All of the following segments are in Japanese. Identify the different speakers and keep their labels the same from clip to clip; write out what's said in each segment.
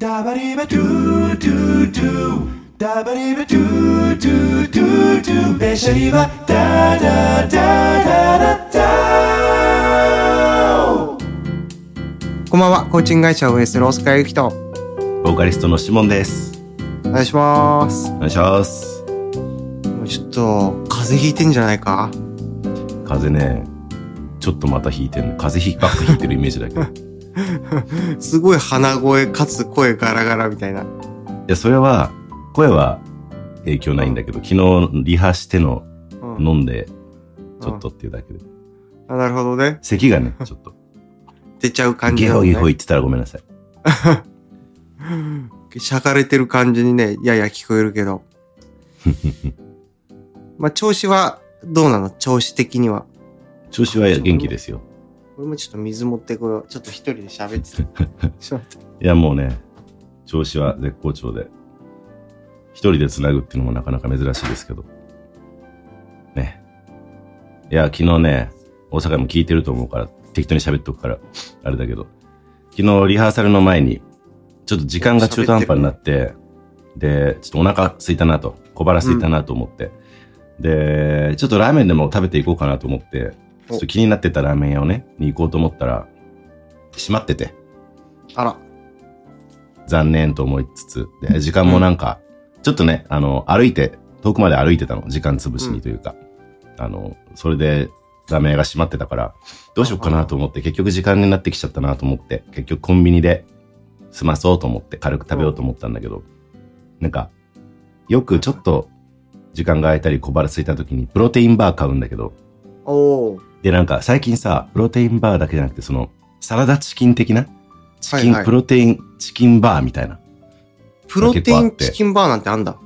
Speaker 1: ダバリバドゥドゥドゥダバリバドゥドゥドゥドゥベシャリバダダダダダダ
Speaker 2: こんばんは、コーチング会社 OS ロースカイユキと。
Speaker 3: ボーカリストのシモンです。
Speaker 2: お願いします。
Speaker 3: お願いします。
Speaker 2: もうちょっと、風邪ひいてんじゃないか
Speaker 3: 風邪ね、ちょっとまた引いてるの。風邪ひばっか引いてるイメージだ けど。い
Speaker 2: すごい鼻声かつ声ガラガラみたいな。
Speaker 3: や、それは、声は影響ないんだけど、昨日リハしての
Speaker 2: うん
Speaker 3: 飲んで、ちょっとっていうだけで。
Speaker 2: あなるほどね。
Speaker 3: 咳がね、ちょっ と。
Speaker 2: 出ちゃう感じ
Speaker 3: ゲ
Speaker 2: な
Speaker 3: ホ
Speaker 2: の、
Speaker 3: ゲホ
Speaker 2: ね。
Speaker 3: 言ってたらごめんなさい。
Speaker 2: しゃかれてる感じにね、やや聞こえるけ ど。まあ、調子はどうなの調子的には。
Speaker 3: 調子は元気ですよ。
Speaker 2: 俺もちょっと水持ってこよう。ちょっと一人で喋って た。ちょっと待って
Speaker 3: いや、もうね、調子は絶好調で、一人で繋ぐっていうのもなかなか珍しいですけど。ね。いや、昨日ね、大阪も聞いてると思うから、適当に喋っとくから、あれだけど、昨日リハーサルの前に、ちょっと時間が中途半端になって、で、ちょっとお腹空いたなと、小腹空いたなと思って、で、ちょっとラーメンでも食べていこうかなと思って、ちょっと気になってたラーメン屋をね、に行こうと思ったら、閉まってて。
Speaker 2: あら。
Speaker 3: 残念と思いつつ、で、時間もなんか、ちょっとね、あの、歩いて、遠くまで歩いてたの、時間潰しにというか、あの、それで、ラーメン屋が閉まってたから、どうしようかなと思って、結局時間になってきちゃったなと思って、結局コンビニで済まそうと思って、軽く食べようと思ったんだけど、なんか、よくちょっと、時間が空いたり小腹空いた時に、プロテインバー買うんだけど、
Speaker 2: おー。
Speaker 3: で、なんか最近さ、プロテインバーだけじゃなくて、その、サラダチキン的なチキン、
Speaker 2: はいはい
Speaker 3: プロテイン、チキンバーみたいな。
Speaker 2: プロテ
Speaker 3: 結構
Speaker 2: イ
Speaker 3: あっ
Speaker 2: ン
Speaker 3: て
Speaker 2: チキンバーなんてあんだ。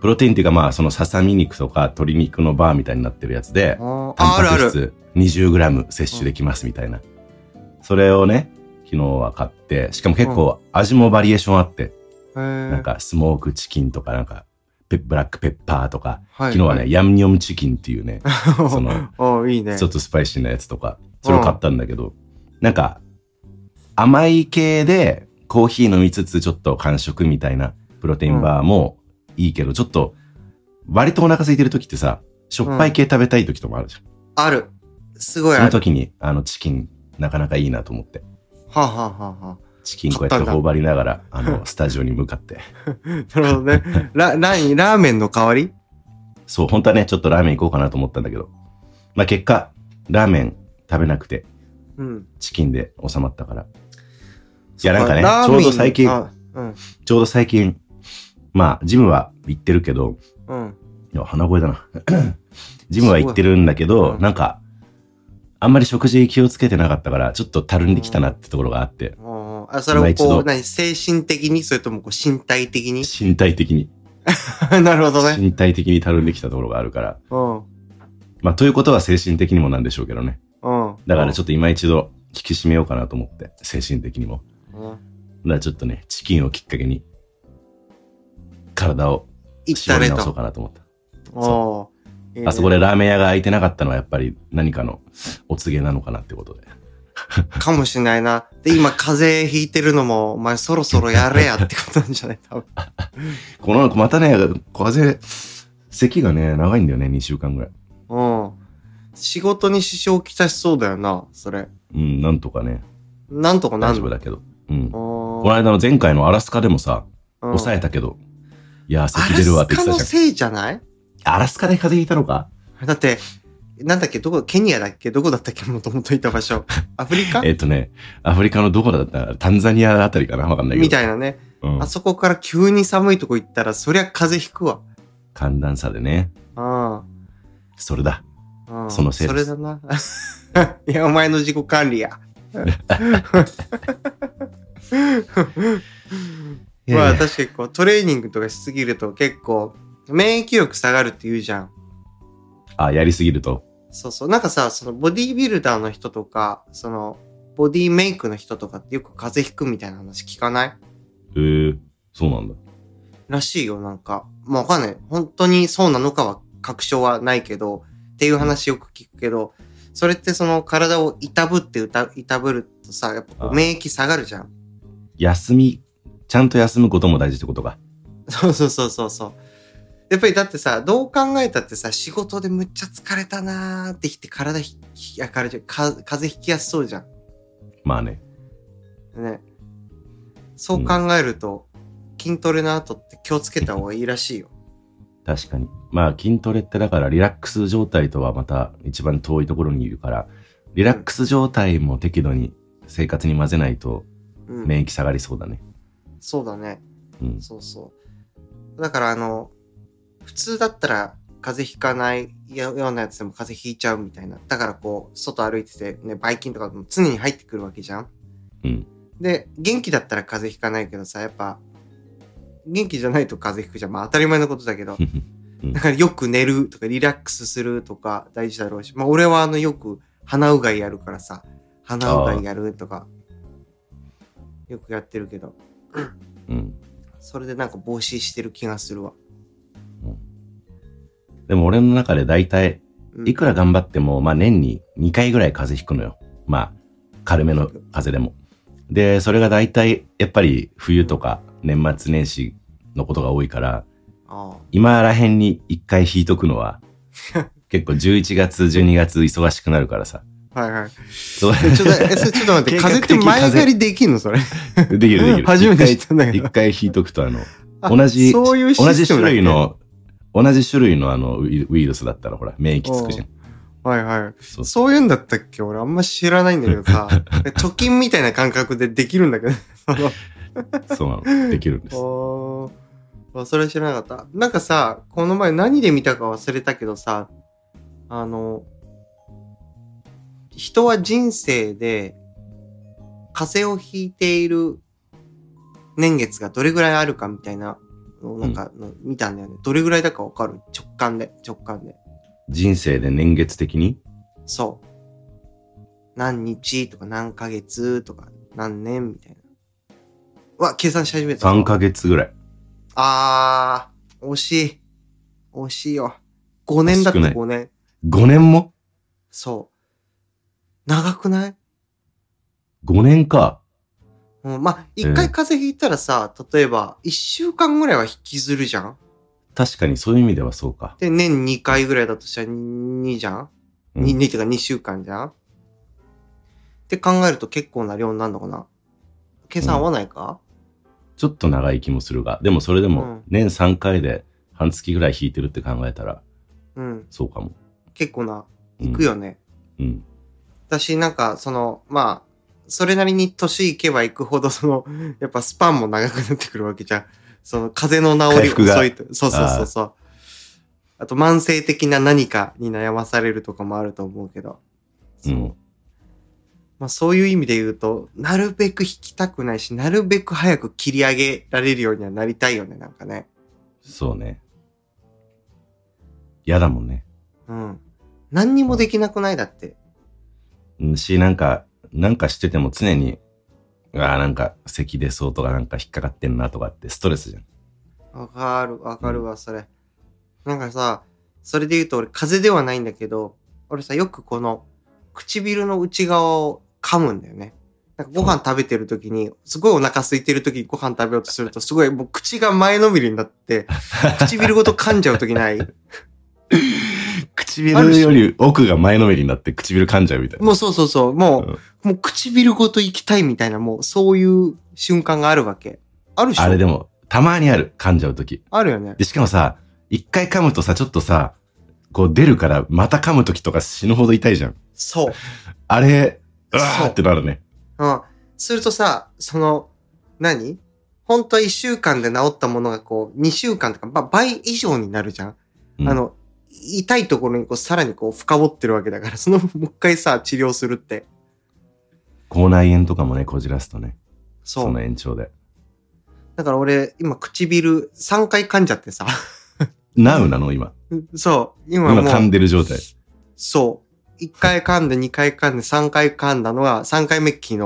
Speaker 3: プロテインっていうかまあ、そのささみ肉とか鶏肉のバーみたいになってるやつで
Speaker 2: あ、ーあ、
Speaker 3: タ
Speaker 2: あ
Speaker 3: ン
Speaker 2: る
Speaker 3: パ
Speaker 2: あ
Speaker 3: ク
Speaker 2: る。
Speaker 3: 質 20g 摂取できますみたいな。それをね、昨日は買って、しかも結構味もバリエーションあって、
Speaker 2: な
Speaker 3: なん、かスモークチキンとかなんか、ペブラックペッパーとか、
Speaker 2: 昨
Speaker 3: 昨日はね、、ヤンニョムチキンっていうね、 その、
Speaker 2: おーいいね。
Speaker 3: ちょっとスパイシーなやつとか、それを買ったんだけど、なんか、甘い系でコーヒー飲みつつちょっと間食みたいなプロテインバーもいいけど、ちょっと、割とお腹空いてる時ってさ、しょっぱい系食べたい時ともあるじゃん。
Speaker 2: ある。すごい
Speaker 3: そ
Speaker 2: あ
Speaker 3: の
Speaker 2: る。
Speaker 3: 時に、あの、チキン、なかなかいいなと思って。
Speaker 2: はあ、はあはあは
Speaker 3: チキンこうやって頬張りながら、あの、スタジオに向かって。
Speaker 2: あ、 なるほどね。ラ、ラインラーメンの代わり
Speaker 3: そう、本当はね、ちょっとラーメン行こうかなと思ったんだけど。まあ、結果、ラーメン食べなくて、
Speaker 2: うん。
Speaker 3: チキンで収まったから。いや、なんかね、
Speaker 2: ラー
Speaker 3: ち
Speaker 2: メ
Speaker 3: ょ
Speaker 2: ン
Speaker 3: うど最近、
Speaker 2: あうん。
Speaker 3: ちょうど最近、まあ、ジムは行ってるけど、
Speaker 2: うん。
Speaker 3: いや、鼻声 だな。ジムは行ってるんだけ
Speaker 2: う
Speaker 3: ど、
Speaker 2: ん
Speaker 3: なんか、あんまり食事気をつけてなかったから、ちょっとたるんできたなってところがあって、
Speaker 2: おーあ、それを
Speaker 3: 今一
Speaker 2: こう、
Speaker 3: 度
Speaker 2: 何、精神的にそれともこう身体的 に
Speaker 3: 身体的に、
Speaker 2: なるほどね。
Speaker 3: 身体的にたるんできたところがあるから、
Speaker 2: うん。
Speaker 3: まあ、ということは精神的にもなんでしょうけどね。
Speaker 2: うん。
Speaker 3: だからち
Speaker 2: ょ
Speaker 3: ょっと今一度引き締めようかなと思って、精神的にも。
Speaker 2: っと。
Speaker 3: だからちょっとね、チキンをきっかけに、体を
Speaker 2: 行った
Speaker 3: 絞
Speaker 2: れ
Speaker 3: り直そう
Speaker 2: と。
Speaker 3: かなと思った。
Speaker 2: おーいいね
Speaker 3: あそこでラーメン屋が開いてなかったのはやっぱり何かのお告げなのかなってことで。
Speaker 2: かもしれないな。で、 今、風邪ひいてるのも、お前そろそろやれやってことなんじゃない多分。
Speaker 3: この、またね、風邪、咳がね、長いんだよね、2週間ぐらい。
Speaker 2: うん。仕事に支障をきたしそうだよな、それ。
Speaker 3: うん、なんとかね、
Speaker 2: なんとかな
Speaker 3: 大
Speaker 2: ん
Speaker 3: 丈夫だけど。うん。こ
Speaker 2: お
Speaker 3: の間の前回のアラスカでもさ、
Speaker 2: 抑
Speaker 3: 抑えたけど、いやー、
Speaker 2: ア
Speaker 3: 咳
Speaker 2: ラ
Speaker 3: 出るわ
Speaker 2: ス
Speaker 3: って言
Speaker 2: カ
Speaker 3: って
Speaker 2: の
Speaker 3: たじ
Speaker 2: せいじゃない
Speaker 3: ゃん。アラスカで風邪ひいたのか
Speaker 2: だって、なんだっけ、どこ、ケニアだっけどこだったっけもともといた場 所。アフリカ
Speaker 3: えっとね、アフリカのどこだったタンザニアあたりかなわかんないけど。
Speaker 2: みたいなね。
Speaker 3: うん
Speaker 2: あ。そこから急に寒いとこ行ったら、そりゃ風邪ひくわ。
Speaker 3: 寒暖差でね、
Speaker 2: あ
Speaker 3: それだ。
Speaker 2: あ。うん
Speaker 3: そのせい
Speaker 2: そ
Speaker 3: で
Speaker 2: れ
Speaker 3: す
Speaker 2: だな。 いや、お前の自己管理や。
Speaker 3: いやいや
Speaker 2: まあ確かにこう、トレーニングとかしすぎると結構、免疫力下がるって言うじゃん。
Speaker 3: あ、やりすぎると。
Speaker 2: そうそう。なんかさ、そのボディービルダーの人とか、その、ボディメイクの人とかってよく風邪ひくみたいな話聞かない
Speaker 3: えー、そうなんだ。
Speaker 2: らしいよ、なんか。まあわかんない。本当にそうなのかは確証はないけど、っていう話よく聞くけど、それってその体をいたぶってうたいたぶるとさ、やっぱこ
Speaker 3: あ
Speaker 2: う免疫下がるじゃん。
Speaker 3: 休みちゃんと休むことも大事ってことか。
Speaker 2: そうそうそうそうそう。やっぱりだってさ、どう考えたってさ、仕事でむっちゃ疲れたなーってきて体ひ、ひあ体じゃか風邪ひきやすそうじゃ
Speaker 3: まあね。
Speaker 2: ん。ね。そう考えると、筋トレの後って気をつけた方がいいらしいよ。
Speaker 3: 確かに。まあ筋トレってだからリラックス状態とはまた一番遠いところにいるから、リラックス状態も適度に生活に混ぜないと
Speaker 2: うん。
Speaker 3: 免疫下がりそうだね。
Speaker 2: そうだね。
Speaker 3: うん。
Speaker 2: そうそう。だからあの、普通だったら風邪ひかないようなやつでも風邪ひいちゃうみたいな。だからこう、外歩いてて、ね、ばい菌とかも常に入ってくるわけじゃん。
Speaker 3: うん。
Speaker 2: で、元気だったら風邪ひかないけどさ、やっぱ、元気じゃないと風邪ひくじゃん。まあ当たり前のことだけど。だからよく寝るとかリラックスするとか大事だろうし、まあ俺はあのよく鼻うがいやるからさ、鼻うがいやるとか、よくやってるけど、
Speaker 3: うん。
Speaker 2: それでなんか防止してる気がするわ。
Speaker 3: でも俺の中で大体、
Speaker 2: うん
Speaker 3: いくら頑張っても、まあ年に2回ぐらい風邪ひくのよ。まあ、軽めの風邪でも。で、それが大体、やっぱり冬とか年末年始のことが多いから、
Speaker 2: あ
Speaker 3: 今ら辺に1回引いとくのは、結構11月、12月忙しくなるからさ。
Speaker 2: あ。はいはい。
Speaker 3: そうで
Speaker 2: ちょっと、え、それちょっと 待って、
Speaker 3: 計画
Speaker 2: 風
Speaker 3: 的
Speaker 2: って前借りできんのそれ。
Speaker 3: きるできる。
Speaker 2: 初めて知ったんだけ
Speaker 3: 一
Speaker 2: ど。
Speaker 3: 回一回引いとくと、あの、
Speaker 2: あ
Speaker 3: 同じ、
Speaker 2: そういうシ
Speaker 3: 同じ
Speaker 2: ステム
Speaker 3: 種
Speaker 2: だっけ
Speaker 3: 類。の、同じ種類のあのウイウイルスだったら、ほら、免疫つくじゃん。
Speaker 2: はいはい。
Speaker 3: そう
Speaker 2: そういうんだったっけ俺あんま知らないんだけど さ、貯金みたいな感覚でできるんだけど、
Speaker 3: そうなの。できるんです
Speaker 2: そ。の、あーあ、それは知らなかった。なんかさ、この前何で見たか忘れたけどさ、あの、人は人生で風邪をひいている年月がどれぐらいあるかみたいなのをなんかの見たんだよね。どれぐらいだかわかる直感で、直感で。
Speaker 3: 人生で年月的に
Speaker 2: そう。何日とか何ヶ月とか何年みたいな。うわ、計算し始めた。
Speaker 3: 3ヶ月ぐらい。
Speaker 2: あー、惜しい。惜しいよ。5年だって
Speaker 3: 惜しくない
Speaker 2: 5年。
Speaker 3: 5年も
Speaker 2: そう。長くない
Speaker 3: ?5 年か。
Speaker 2: うん、まあ、一回風邪ひいたらさ、例えば、1週間ぐらいは引きずるじゃん
Speaker 3: 確かにそういう意味ではそうか。
Speaker 2: で、年2回ぐらいだとしたら2じゃん
Speaker 3: うん
Speaker 2: ?2、2ってか2週間じゃんって考えると結構な量になるのかな計算合わないか、
Speaker 3: ちょっと長い気もするが、でもそれで
Speaker 2: う
Speaker 3: も
Speaker 2: ん
Speaker 3: 年3回で半月ぐらい引いてるって考えたら、
Speaker 2: うん、
Speaker 3: そうかも。
Speaker 2: 結構な、
Speaker 3: うん
Speaker 2: いくよね。
Speaker 3: うん。
Speaker 2: 私なんか、その、まあ、それなりに年いけばいくほど、その、 やっぱスパンも長くなってくるわけじゃん。その、風邪の治り
Speaker 3: 回復が
Speaker 2: 遅いと。そうそうそうそう。あと、慢性的な何かに悩まされるとかもあると思うけど。
Speaker 3: う
Speaker 2: そう。
Speaker 3: ん。
Speaker 2: まあ、そういう意味で言うと、なるべく引きたくないし、なるべく早く切り上げられるようにはなりたいよね、なんかね。
Speaker 3: そうね。嫌だもんね。
Speaker 2: うん。何にもできなくないだって。
Speaker 3: うんし、なんか、なんかしてても常に、ああ、なんか咳出そうとかなんか引っかかってんなとかってストレスじゃん。
Speaker 2: わかる、わかるわ、それ。なんかさ、それで言うと俺、風邪ではないんだけど、俺さ、よくこの、唇の内側を噛むんだよね。なんかご飯食べてる時に、すごいお腹空いてる時にご飯食べようとすると、すごいもう口が前のめりになって、唇ごと噛んじゃう時ない ある
Speaker 3: 唇
Speaker 2: し
Speaker 3: より奥が前のめりになって唇噛んじゃうみたいな。
Speaker 2: もうそうそうそう、もう、
Speaker 3: うん
Speaker 2: もう唇ごと行きたいみたいな、もうそういう瞬間があるわけ。あるでしょ
Speaker 3: あれでも、たまにある。噛んじゃうとき。
Speaker 2: あるよね。
Speaker 3: で、しかもさ、一回噛むとさ、ちょっとさ、こう出るから、また噛むときとか死ぬほど痛いじゃん。
Speaker 2: そう。
Speaker 3: あれ、うわ
Speaker 2: そう
Speaker 3: ーってなるね。
Speaker 2: うん。するとさ、その、何本当は1週間で治ったものがこう、2週間とか、ば倍以上になるじゃん、
Speaker 3: うん
Speaker 2: あ、の、痛いところにこう、さらにこう、深掘ってるわけだから、その、もう一回さ、治療するって。
Speaker 3: 口内炎とかもね、こじらすとね。そ
Speaker 2: そう。
Speaker 3: の延長で。
Speaker 2: だから俺、今、唇3回噛んじゃってさ。
Speaker 3: ナウなの今。
Speaker 2: そう。今
Speaker 3: 今
Speaker 2: もう。
Speaker 3: 噛んでる状態。
Speaker 2: そう。一回噛んで、二回噛んで、三回噛んだのは、三回目昨日。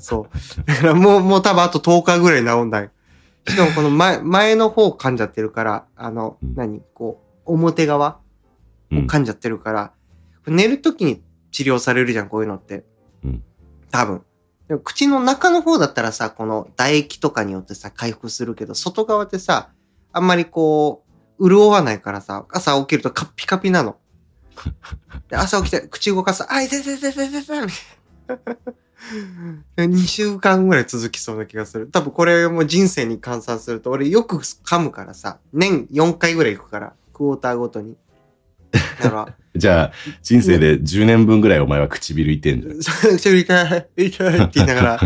Speaker 2: そう。だからもう、もう多分あと10日ぐらい治んない。しかもこの前、前の方噛んじゃってるから、あの、
Speaker 3: うん
Speaker 2: 何こう、表側を
Speaker 3: うん
Speaker 2: 噛んじゃってるから、これ寝るときに治療されるじゃん、こういうのって。
Speaker 3: うん
Speaker 2: 多分。でも口の中の方だったらさ、この唾液とかによってさ、回復するけど、外側ってさ、あんまりこう、潤わないからさ、朝起きるとカッピカピなの。で朝起きて、口動かすと、あ、痛い痛い痛い痛い痛い痛いみたいな。2週間ぐらい続きそうな気がする。多分これも人生に換算すると、俺よく噛むからさ、年4回ぐらい行くから、クォーターごとに。だから、
Speaker 3: じゃあ、人生で10年分ぐらいお前は唇いってんじゃん。
Speaker 2: そう、ちょ、痛い、痛いって言いながら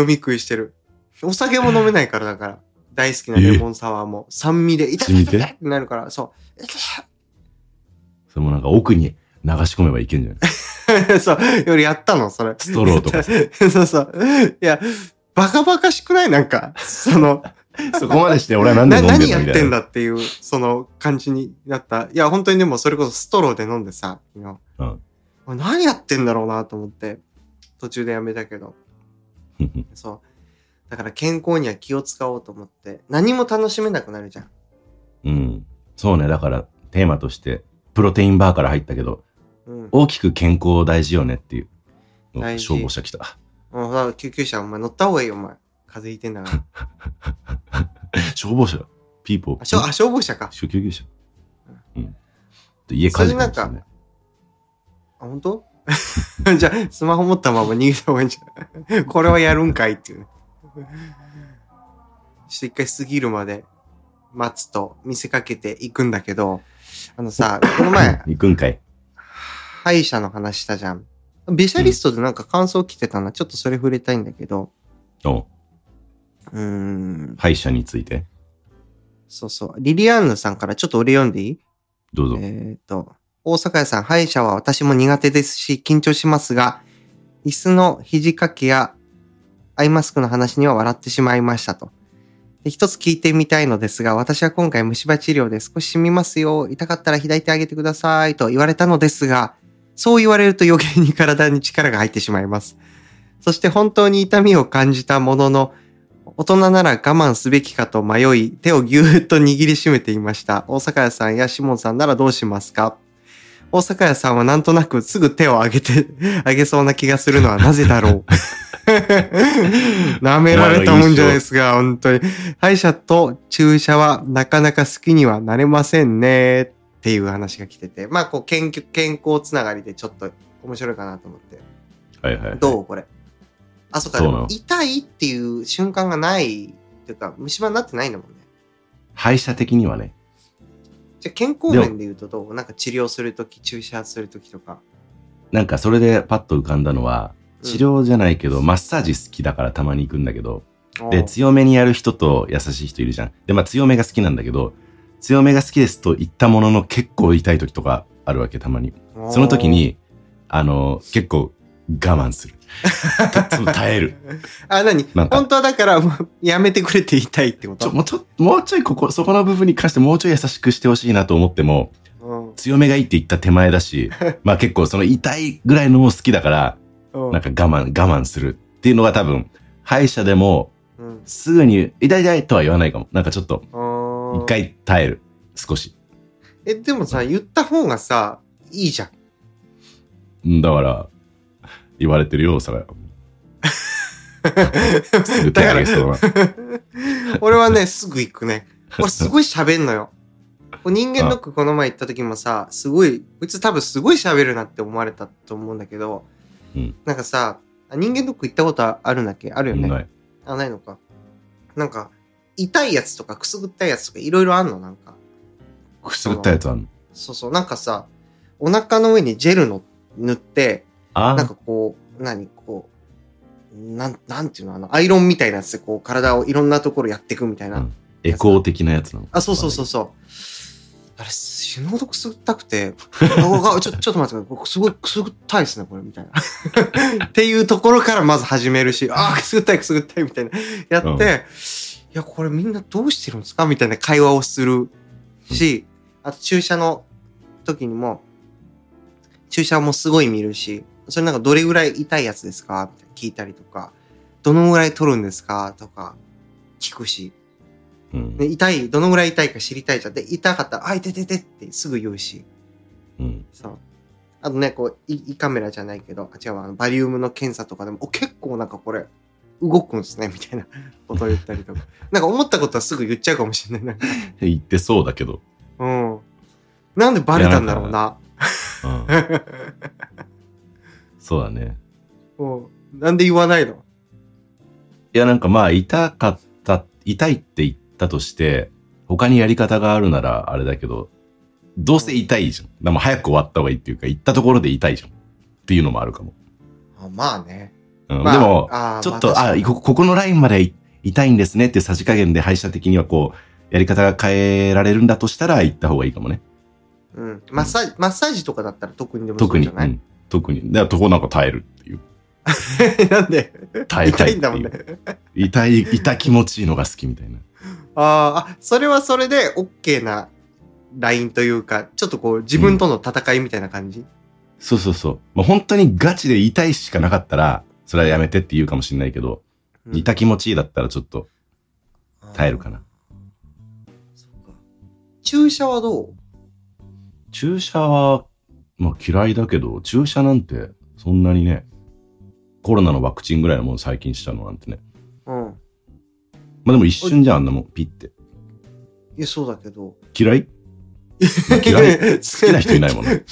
Speaker 2: 飲み食いしてる。お酒も飲めないからだから。大好きなレモンサワーも酸味で痛い
Speaker 3: 染み
Speaker 2: 痛
Speaker 3: て
Speaker 2: い痛いってなるから、そう痛
Speaker 3: それもなんか奥に流し込めばいけんじゃん。
Speaker 2: い。そう、よりやったの、それ。
Speaker 3: ストローとか
Speaker 2: そうそう。いや、バカバカしくないなんか、その、
Speaker 3: そこまでして俺は
Speaker 2: な
Speaker 3: 何で飲ん
Speaker 2: 何
Speaker 3: でんのみた
Speaker 2: や
Speaker 3: い
Speaker 2: っ
Speaker 3: な。
Speaker 2: てんだっていう、その感じになった。いや、本当にでもそれこそストローで飲んでさ、昨
Speaker 3: う
Speaker 2: 日
Speaker 3: ん
Speaker 2: 俺何やってんだろうなと思って、途中でやめたけど。そう。だから健康には気を使おうと思って、何も楽しめなくなるじゃん。
Speaker 3: うん。そうね。だから、テーマとして、プロテインバーから入ったけど、
Speaker 2: うん。
Speaker 3: 大きく健康大事よねっていう。お
Speaker 2: 大事
Speaker 3: 消防車来た。
Speaker 2: もうほら救急車、お前乗った方がいいよ、お前。風邪ひいてんだから。
Speaker 3: 消防車ピーポー。
Speaker 2: あ、しょあ消防車か。
Speaker 3: 救急車。うん。で家火事かもしれ
Speaker 2: それ
Speaker 3: ない。
Speaker 2: あ、本当？ じゃあ、スマホ持ったまま逃げた方がいいん じゃん。これはやるんかいっていうね。ちょっと一回過ぎるまで待つと見せかけていくんだけど、あのさ、この前、
Speaker 3: 行くんかい。
Speaker 2: 歯医者の話したじゃん。ベシャリストでなんか感想来てたな。ちょっとそれ触れたいんだけど、
Speaker 3: お
Speaker 2: うーん、
Speaker 3: 歯医者について。
Speaker 2: そうそう。リリアンヌさんからちょっと俺読んでいい
Speaker 3: どうぞ。
Speaker 2: えっ、と、大阪屋さん、歯医者は私も苦手ですし、緊張しますが、椅子の肘掛けやアイマスクの話には笑ってしまいましたと。で一つ聞いてみたいのですが、私は今回虫歯治療で少し染みますよ、痛かったら左手あげてくださいと言われたのですが、そう言われると余計に体に力が入ってしまいます。そして本当に痛みを感じたものの、大人なら我慢すべきかと迷い、手をぎゅーっと握りしめていました。大阪屋さんやシモンさんならどうしますか大阪屋さんはなんとなくすぐ手を挙げて、 挙げそうな気がするのはなぜだろう。 舐められたもんじゃないですが、本当に。歯医者と注射はなかなか好きにはなれませんねっていう話が来てて、まあこう健康健康つながりでちょっと面白いかなと思って。
Speaker 3: はいはい。
Speaker 2: どうこれ。あ、そうか。
Speaker 3: そう
Speaker 2: で
Speaker 3: なの
Speaker 2: も痛いっていう瞬間がないっていうか、虫歯になってないんだもんね。
Speaker 3: 歯医者的にはね、
Speaker 2: じゃあ健康面で言うとどうなんか治療するとき、注射するときとか。
Speaker 3: なんかそれでパッと浮かんだのは、
Speaker 2: うん
Speaker 3: 治療じゃないけど、マッサージ好きだからたまに行くんだけど、
Speaker 2: お
Speaker 3: で、
Speaker 2: ー
Speaker 3: 強めにやる人と優しい人いるじゃん。で、まあ強めが好きなんだけど、強めが好きですと言ったものの結構痛い時とかあるわけ、たまに。その時。に、あの、結構我慢す る。ちょっと耐える。
Speaker 2: あ、なに
Speaker 3: なんか
Speaker 2: 本当はだから、もうやめてくれて痛いってこ
Speaker 3: ちょ、
Speaker 2: と
Speaker 3: もうちょ、もうちょいここ、そこの部分に関してもうちょい優しくしてほしいなと思っても、
Speaker 2: うん
Speaker 3: 強めがいいって言った手前 だし、まあ結構その痛いぐらいのも好きだから、
Speaker 2: うん
Speaker 3: なんか我慢、我慢するっていうのが多分、歯医者でも
Speaker 2: うん
Speaker 3: すぐに痛い痛いとは言わないかも。なんかちょっと、
Speaker 2: うん
Speaker 3: 一回耐える。少し。
Speaker 2: え、でもさ、言った方がさ、いいじゃん。
Speaker 3: うんだから、言われてるよ、それ。すぐ手
Speaker 2: だか
Speaker 3: 上げ
Speaker 2: ら、
Speaker 3: そうな。
Speaker 2: 俺はね、すぐ行くね。俺すごい喋んのよ。人間ドックこの前行った時もさ、すごい、こいつ多分すごい喋るなって思われたと思うんだけど、
Speaker 3: うん
Speaker 2: なんかさ、あ人間ドック行ったことあるんだっけあるよね。
Speaker 3: ない
Speaker 2: あ、ないのか。なんか、痛いやつとかくすぐったいやつとかいろいろあんのなんか。
Speaker 3: くすぐったやつあんの
Speaker 2: そうそう、なんかさ、お腹の上にジェルの塗って、
Speaker 3: あ
Speaker 2: なんかこう、何こう、なん、なんていうのあの、アイロンみたいなやつでこう、体をいろんなところやっていくみたいな。
Speaker 3: うんエコー的なやつなの
Speaker 2: あ、そうそうそうそう。あれ、死ぬほどくすぐったくて、ああちょ ちょっと待ってくださいこれ。すごいくすぐったいですね、これ、みたいな。 っていうところからまず始めるし、ああ、くすぐったい、くすぐったい、みたいな。やって、
Speaker 3: うん
Speaker 2: いや、これみんなどうしてるんですかみたいな会話をするし、あと注射の時にも、注射もすごい見るし、それなんかどれぐらい痛いやつですかって聞いたりとか、どのぐらい取るんですかとか聞くし、
Speaker 3: うん
Speaker 2: ね、痛い、どのぐらい痛いか知りたいじゃん。で、痛かったら、あ、痛い痛い痛いってすぐ言うし、
Speaker 3: うん
Speaker 2: そう。あとね、こう、胃胃カメラじゃないけど、あ違うわ、あのバリウムの検査とかでも、お結構なんかこれ、動くんですね、みたい なことを言ったりとか。なんか思ったことはすぐ言っちゃうかもしれない。なんか
Speaker 3: 言ってそうだけど。
Speaker 2: うん。なんでバレたんだろうな。
Speaker 3: うん、そうだね。
Speaker 2: もうなんで言わないの
Speaker 3: いや、なんかまあ、痛かった、痛いって言ったとして、他にやり方があるならあれだけど、どうせ痛いじゃん。でも早く終わった方がいいっていうか、行ったところで痛いじゃん。っていうのもあるかも。
Speaker 2: あまあね。
Speaker 3: うん、
Speaker 2: まあ
Speaker 3: でも、
Speaker 2: あー
Speaker 3: ちょっと、
Speaker 2: まあ
Speaker 3: あ、ここここのラインまでい痛いんですねっていうさじ加減で歯医者的にはこう、やり方が変えられるんだとしたら行った方がいいかもね。
Speaker 2: うん、マッサージ、マッサージとかだったら特にでもそ
Speaker 3: 特
Speaker 2: う
Speaker 3: に、
Speaker 2: じゃ
Speaker 3: う
Speaker 2: ない、
Speaker 3: ん、特に。で、とこなんか耐えるっていう。
Speaker 2: なんで
Speaker 3: 耐え
Speaker 2: 痛
Speaker 3: たい
Speaker 2: い
Speaker 3: っていうん
Speaker 2: だもんね。
Speaker 3: 痛い、痛気持ちいいのが好きみたいな。
Speaker 2: あーあ、それはそれで OK なラインというか、ちょっとこう自分との戦いみたいな感じ、
Speaker 3: そうそうそう。まあ、本当にガチで痛いしかなかったら、それはやめてって言うかもしれないけど、
Speaker 2: うん
Speaker 3: 痛気持ちいいだったらちょっと耐えるかな。
Speaker 2: そうか注射はどう
Speaker 3: 注射は、まあ嫌いだけど、注射なんてそんなにね、コロナのワクチンぐらいのもん最近したのなんてね。
Speaker 2: うん。
Speaker 3: まあでも一瞬じゃんあんなもん、ピッて。
Speaker 2: いや、そうだけど。
Speaker 3: 嫌いまあ嫌い
Speaker 2: 好
Speaker 3: 好きな人いないも んね。
Speaker 2: ん。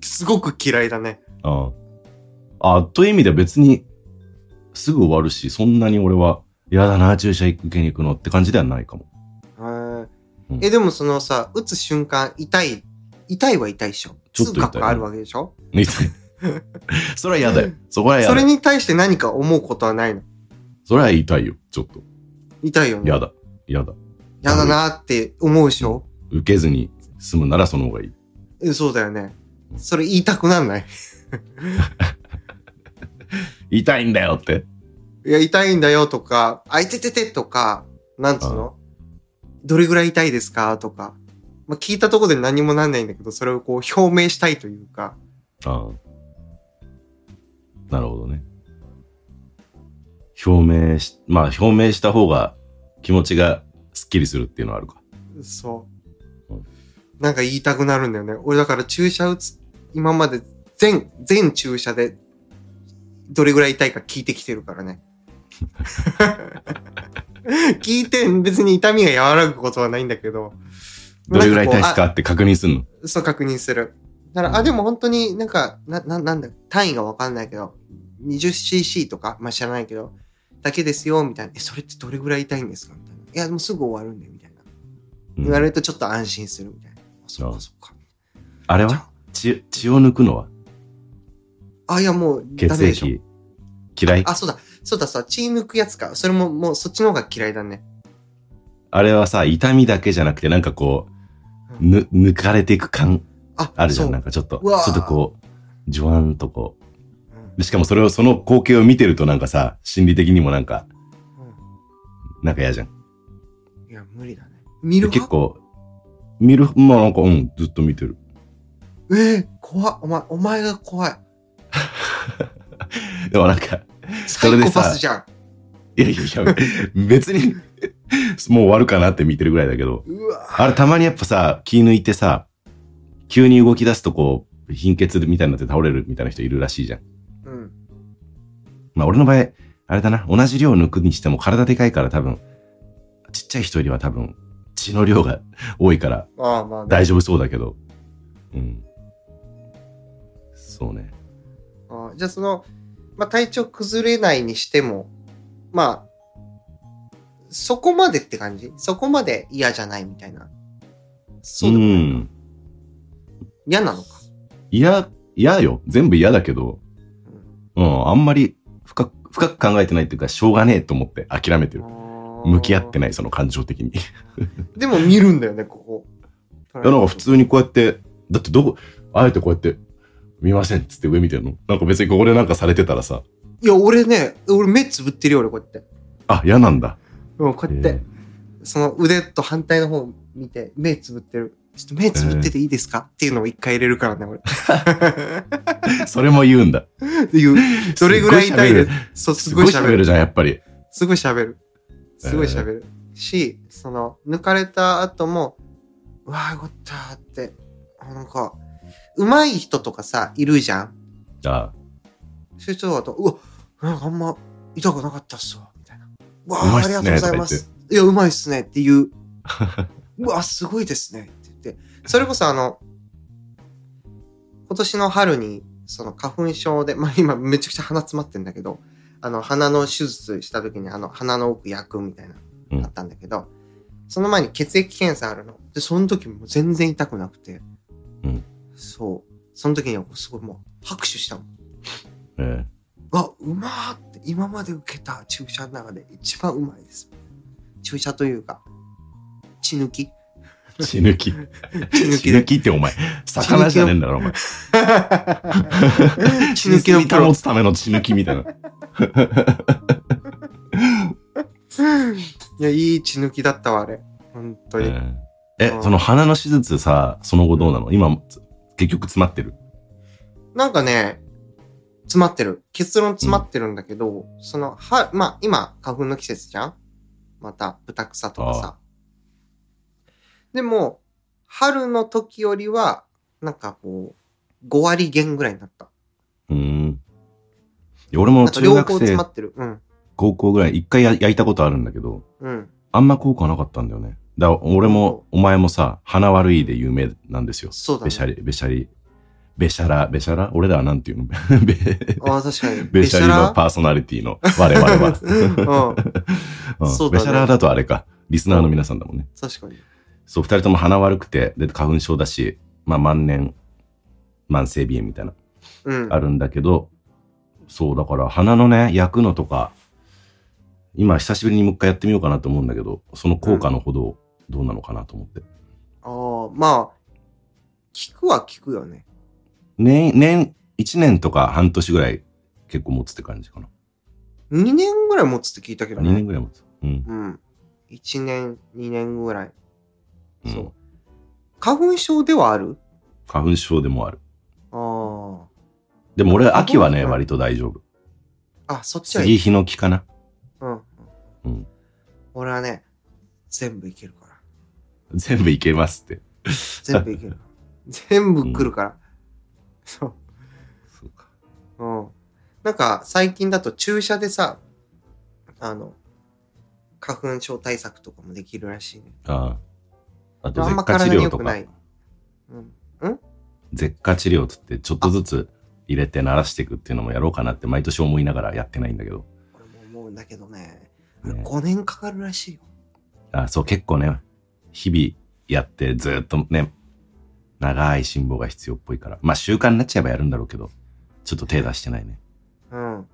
Speaker 2: すごく嫌いだね。
Speaker 3: ああ。あ、という意味では別に、すぐ終わるし、そんなに俺は、嫌だな、注射受けに行くのって感じではないかも。
Speaker 2: へ ー
Speaker 3: うん
Speaker 2: え、でもそのさ、打つ瞬間、痛い、痛いは痛いでしょ。
Speaker 3: ちょっと痛い
Speaker 2: 痛覚があるわけでしょ
Speaker 3: 痛い。それは嫌だよ。そこは嫌
Speaker 2: そ
Speaker 3: だ
Speaker 2: れ
Speaker 3: よ。
Speaker 2: に対して何か思うことはないの
Speaker 3: それは痛いよ、ちょっと。
Speaker 2: 痛いよね。
Speaker 3: 嫌だ。嫌だ。
Speaker 2: やだなーって思うでしょ、
Speaker 3: 受けずに済むならその方がいい。
Speaker 2: えそうだよね。それ言いたくなんない
Speaker 3: 痛いんだよって。
Speaker 2: いや、痛いんだよとか、あいてててとか、なんつうのどれぐらい痛いですかとか。まあ、聞いたところで何もなんないんだけど、それをこう表明したいというか。
Speaker 3: ああ。なるほどね。表明し、まあ表明した方が気持ちがスッキリするっていうのはあるか。
Speaker 2: そう
Speaker 3: うん。
Speaker 2: なんか言いたくなるんだよね。俺だから注射打つ、今まで全、全注射で、どれぐらい痛いか聞いてきてるから ね。 聞いて、別に痛みが和らぐことはないんだけど。
Speaker 3: どれぐらい
Speaker 2: なん
Speaker 3: 大
Speaker 2: こう
Speaker 3: 使かって確認すんの。
Speaker 2: そう確認する。だから、
Speaker 3: う
Speaker 2: あ、
Speaker 3: ん
Speaker 2: でも本当になんか、な、な、なんだ、単位がわかんないけど、20cc とか、まあ知らないけど、だけですよ、みたいな。え、それってどれぐらい痛いんですかみたいな。いや、でもすぐ終わるんで、みたいな。
Speaker 3: うん
Speaker 2: 言われるとちょっと安心するみたいな。あそっかそっか。
Speaker 3: あれは血血を抜くのは
Speaker 2: あ、いやもう、ダ
Speaker 3: 血
Speaker 2: メでしょ。
Speaker 3: 液嫌いあ
Speaker 2: あ、そうだ、そうだ、そうだ、血抜くやつか。それも、もうそっちの方が嫌いだね。
Speaker 3: れはさ、痛みだけじゃなくてなんかこう、
Speaker 2: うん
Speaker 3: ぬ抜かれていく感
Speaker 2: あ、
Speaker 3: あるじゃ
Speaker 2: そう
Speaker 3: ん。なんかちょっと、ち
Speaker 2: うわー
Speaker 3: ょっとこう、じゅわんとこ
Speaker 2: うん
Speaker 3: う。しかもそれを、その光景を見てるとなんかさ、心理的にもなんか、なんか嫌じゃん。
Speaker 2: うんいや、無理だね。見る
Speaker 3: 結
Speaker 2: か
Speaker 3: 構、見る、まあなんか、うん、ずっと見てる。
Speaker 2: えー、怖っ。お前、お前が怖い。
Speaker 3: でもなんか、
Speaker 2: サ
Speaker 3: そ
Speaker 2: イ
Speaker 3: れで
Speaker 2: コ
Speaker 3: さ
Speaker 2: パスじゃん。
Speaker 3: いやいやいや、別に、 もう終わるかなって見てるぐらいだけど、
Speaker 2: うわ
Speaker 3: あれたまにやっぱさ、気抜いてさ、急に動き出すとこう、貧血みたいになって倒れるみたいな人いるらしいじゃん。
Speaker 2: うん。
Speaker 3: まあ俺の場合、あれだな、同じ量抜くにしても体でかいから多分、ちっちゃい人よりは多分、血の量が 多いから
Speaker 2: ああ、まあね、
Speaker 3: 大丈夫そうだけど、うん。そうね。
Speaker 2: あじゃあその、まあ、体調崩れないにしても、まあ、そこまでって感じそこまで嫌じゃないみたいな。そうでもない
Speaker 3: ん。
Speaker 2: 嫌なのか。
Speaker 3: 嫌、嫌よ。全部嫌だけど、うん、あんまり深く、深く考えてないっていうか、しょうがねえと思って諦めてる。向き合って
Speaker 2: ね。
Speaker 3: ない、その感情的に。
Speaker 2: でも見るんだよね、ここ。
Speaker 3: なんか普通にこうやって、だってどこ、あえてこうやって、見ませんっつって上見てるのなんか別にここでなんかされてたらさ、
Speaker 2: いや、俺ね、俺目つぶってるよ、俺こうやって。
Speaker 3: あ、嫌なんだ。
Speaker 2: うん、こうやって、その腕と反対の方見て、目つぶってる。ちょっと目つぶってていいですか、っていうのを一回入れるからね、俺。
Speaker 3: えーそれも言うんだ。
Speaker 2: っていう、どれぐらい痛いですすそう、す
Speaker 3: す
Speaker 2: ご
Speaker 3: ご
Speaker 2: い
Speaker 3: い
Speaker 2: 喋
Speaker 3: 喋
Speaker 2: る。
Speaker 3: るじゃん、やっぱり。
Speaker 2: すごい喋る。すごい
Speaker 3: え
Speaker 2: 喋
Speaker 3: ー
Speaker 2: る。し、その、抜かれた後も、うわあ、よかったーって、あなんか、上手い人とかさ、いるじゃん。
Speaker 3: あ
Speaker 2: そういう人だと、うわ、なんかあんま痛くなかったっすわ、みたいな。うわ
Speaker 3: うま
Speaker 2: あ、
Speaker 3: いっ
Speaker 2: ありがと
Speaker 3: すね
Speaker 2: うございます。いや、うまいっすねっていう。うわ、すごいですねって言って。それこそあの、今年の春に、その花粉症で、まあ今めちゃくちゃ鼻詰まってんだけど、あの、鼻の手術した時にあの、鼻の奥焼くみたいな
Speaker 3: う、ん
Speaker 2: あったんだけど、その前に血液検査あるの。で、その時も全然痛くなくて。
Speaker 3: うん
Speaker 2: そう。その時にはすごいもう拍手したもん。
Speaker 3: ええ
Speaker 2: わうまーって今まで受けた注射の中で一番うまいです注射というか血抜 き
Speaker 3: 血抜き。
Speaker 2: 血抜
Speaker 3: 血
Speaker 2: き
Speaker 3: 抜
Speaker 2: で
Speaker 3: きってお前、魚じゃねえんだろ、お前。
Speaker 2: 血抜きのプ
Speaker 3: 血抜き保
Speaker 2: ロ
Speaker 3: つための血抜きみた いな。
Speaker 2: いやいい血抜きだったわあれ本当に、
Speaker 3: え
Speaker 2: う
Speaker 3: え、
Speaker 2: ん
Speaker 3: その鼻の手術さ、その後どうなの今、つ結局詰まってる。
Speaker 2: なんかね詰まってる結論詰まってるんだけど、そのはまあ今花粉の季節じゃんまた豚草とかさでも春の時よりはなんかこう5割減ぐらいになった
Speaker 3: うーん。いや俺も
Speaker 2: なんか
Speaker 3: 中
Speaker 2: 両方
Speaker 3: 学
Speaker 2: 詰ま
Speaker 3: 生、
Speaker 2: ってる。うん。
Speaker 3: 高校ぐらい、一回や焼いたことあるんだけど、
Speaker 2: うん。
Speaker 3: あんま効果なかったんだよね。だから俺も、お前もさ、鼻悪いで有名なんですよ。
Speaker 2: そうだ
Speaker 3: べしゃ
Speaker 2: ね。
Speaker 3: り、べしゃり、べしゃら、べしゃら俺らはなんていうの べ
Speaker 2: ああ、確かに。
Speaker 3: べしゃりのパーソナリティの我 々は。
Speaker 2: うん。
Speaker 3: うん
Speaker 2: そうだ
Speaker 3: べ
Speaker 2: ね
Speaker 3: しゃらだとあれか、リスナーの皆さんだもんね。
Speaker 2: 確かに。
Speaker 3: そう、二人とも鼻悪くて、で、花粉症だし、まあ、万年、慢性鼻炎みたいな、
Speaker 2: うん。
Speaker 3: あるんだけど、そう、だから鼻のね、焼くのとか、今、久しぶりにもう一回やってみようかなと思うんだけど、その効果のほど、どうなのかなと思って。
Speaker 2: ああ、まあ、聞くは聞くよね。
Speaker 3: 年、年、一年とか半年ぐらい、結構持つって感じかな。
Speaker 2: 2年ぐらい持つって聞いたけど
Speaker 3: 2年
Speaker 2: ね。
Speaker 3: ぐらい持つ。うん。
Speaker 2: うん。1年、2年ぐらい。
Speaker 3: うん
Speaker 2: そう。花粉症ではある
Speaker 3: 花粉症でもある。
Speaker 2: あ
Speaker 3: でも俺、秋はね、
Speaker 2: うん
Speaker 3: 割と大丈夫。
Speaker 2: あ。あ、そっちはいい。
Speaker 3: 杉ヒノキかな。
Speaker 2: うん。
Speaker 3: うん。
Speaker 2: 俺はね、全部いけるから。
Speaker 3: 全部いけますって。
Speaker 2: 全部い ける。全部来るから。そう。
Speaker 3: そうか。
Speaker 2: うん。なんか最近だと注射でさ、あの、花粉症対策とかもできるらしいね。
Speaker 3: ああ。あと、
Speaker 2: あん
Speaker 3: 舌
Speaker 2: ま
Speaker 3: 下治
Speaker 2: 体に
Speaker 3: 療
Speaker 2: 良
Speaker 3: と
Speaker 2: くな
Speaker 3: か
Speaker 2: い。。うん。
Speaker 3: 舌下治療つって、ちょっとずつ入れて慣らしていくっていうのもやろうかなって毎年思いながらやってないんだけど。
Speaker 2: これも思うんだけどね。
Speaker 3: ね
Speaker 2: 5年かかるらしいよ。
Speaker 3: あそう、結構ね、日々やってずっとね、長い辛抱が必要っぽいから。まあ習慣になっちゃえばやるんだろうけど、ちょっと手出してないね。
Speaker 2: うん。
Speaker 3: うん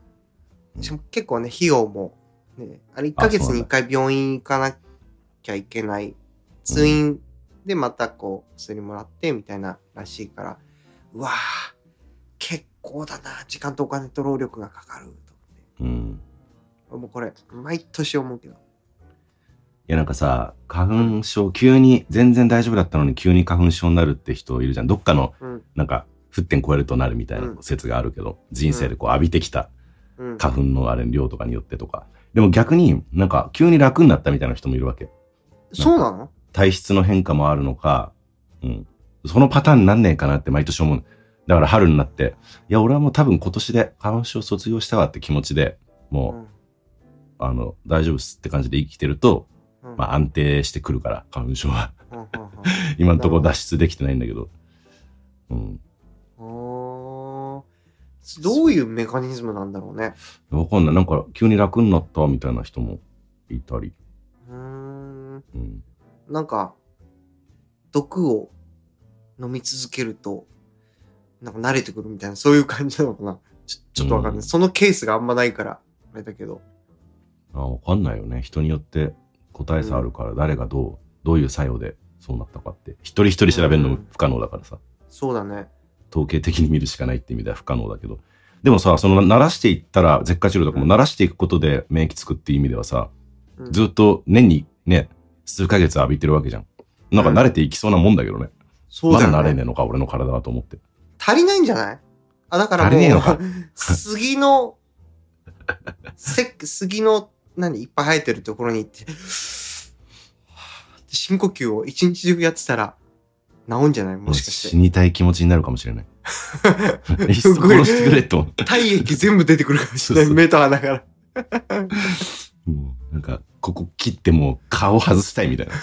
Speaker 2: しかも結構ね、費用も、ね、あれ1
Speaker 3: あ
Speaker 2: ヶ月
Speaker 3: そうな
Speaker 2: に
Speaker 3: ん
Speaker 2: 1回病院行かなきゃいけない。通院でまたこう、薬もらってみたいならしいから、うわぁ、結構だな、時間とお金と労力がかかると思って。
Speaker 3: うん。
Speaker 2: もうこれ、毎年思うけど。
Speaker 3: いやなんかさ、花粉症、急に、全然大丈夫だったのに急に花粉症になるって人いるじゃん。どっかの、
Speaker 2: うん。
Speaker 3: なんか、沸点超えるとなるみたいな説があるけど、人生でこう浴びてきた
Speaker 2: うん。
Speaker 3: 花粉のあれ量とかによってとか。でも逆になんか急に楽になったみたいな人もいるわけ。
Speaker 2: そうなの
Speaker 3: 体質の変化もあるのか、うん。そのパターンになんねえかなって毎年思う。だから春になって、いや俺はもう多分今年で花粉症卒業したわって気持ちで、
Speaker 2: う
Speaker 3: も
Speaker 2: ん
Speaker 3: う、あの、大丈夫っすって感じで生きてると、
Speaker 2: うん
Speaker 3: まあ安定してくるから、花粉症は。
Speaker 2: うんうん
Speaker 3: 今のところ脱出できてないんだけど。うん。
Speaker 2: うんあーどういうメカニズムなんだろうね。
Speaker 3: わかんない。なんか急に楽になったみたいな人もいたり。
Speaker 2: うーん。
Speaker 3: うん。
Speaker 2: なんか、毒を飲み続けると、なんか慣れてくるみたいな、そういう感じなのかな。ちょちょっとわかんない、
Speaker 3: うん
Speaker 2: そのケースがあんまないから、あれだけど。
Speaker 3: あわかんないよね。人によって答え差あるから、誰がどう、どういう作用でそうなったかって。一人一人調べるのも不可能だからさ。
Speaker 2: そうだね。
Speaker 3: 統計的に見るしかないって意味では不可能だけど。でもさ、その慣らしていったら、舌下治療とかも
Speaker 2: うん
Speaker 3: 慣らしていくことで免疫作っていう意味ではさ、
Speaker 2: うん
Speaker 3: ずっと年にね、数ヶ月浴びてるわけじゃん。なんか慣れていきそうなもんだけどね。
Speaker 2: そう
Speaker 3: ま
Speaker 2: だ
Speaker 3: だ
Speaker 2: よね。
Speaker 3: 慣れねえのか、俺の体はと思って。
Speaker 2: 足りないんじゃないあ、だから
Speaker 3: 足りねえの
Speaker 2: も
Speaker 3: か
Speaker 2: う、 杉の、せ杉の、何、いっぱい生えてる ところに行って、はぁって深呼吸を一日中やってたら、治治んじゃないもしか
Speaker 3: 死
Speaker 2: して。
Speaker 3: にたい気持ちになるかもし れない。いっそ殺してくれと思って。
Speaker 2: 体液全部出てくるかもしれない。
Speaker 3: そうそう
Speaker 2: 目と鼻から。
Speaker 3: もうなんか、ここ切ってもう顔外したいみたいな。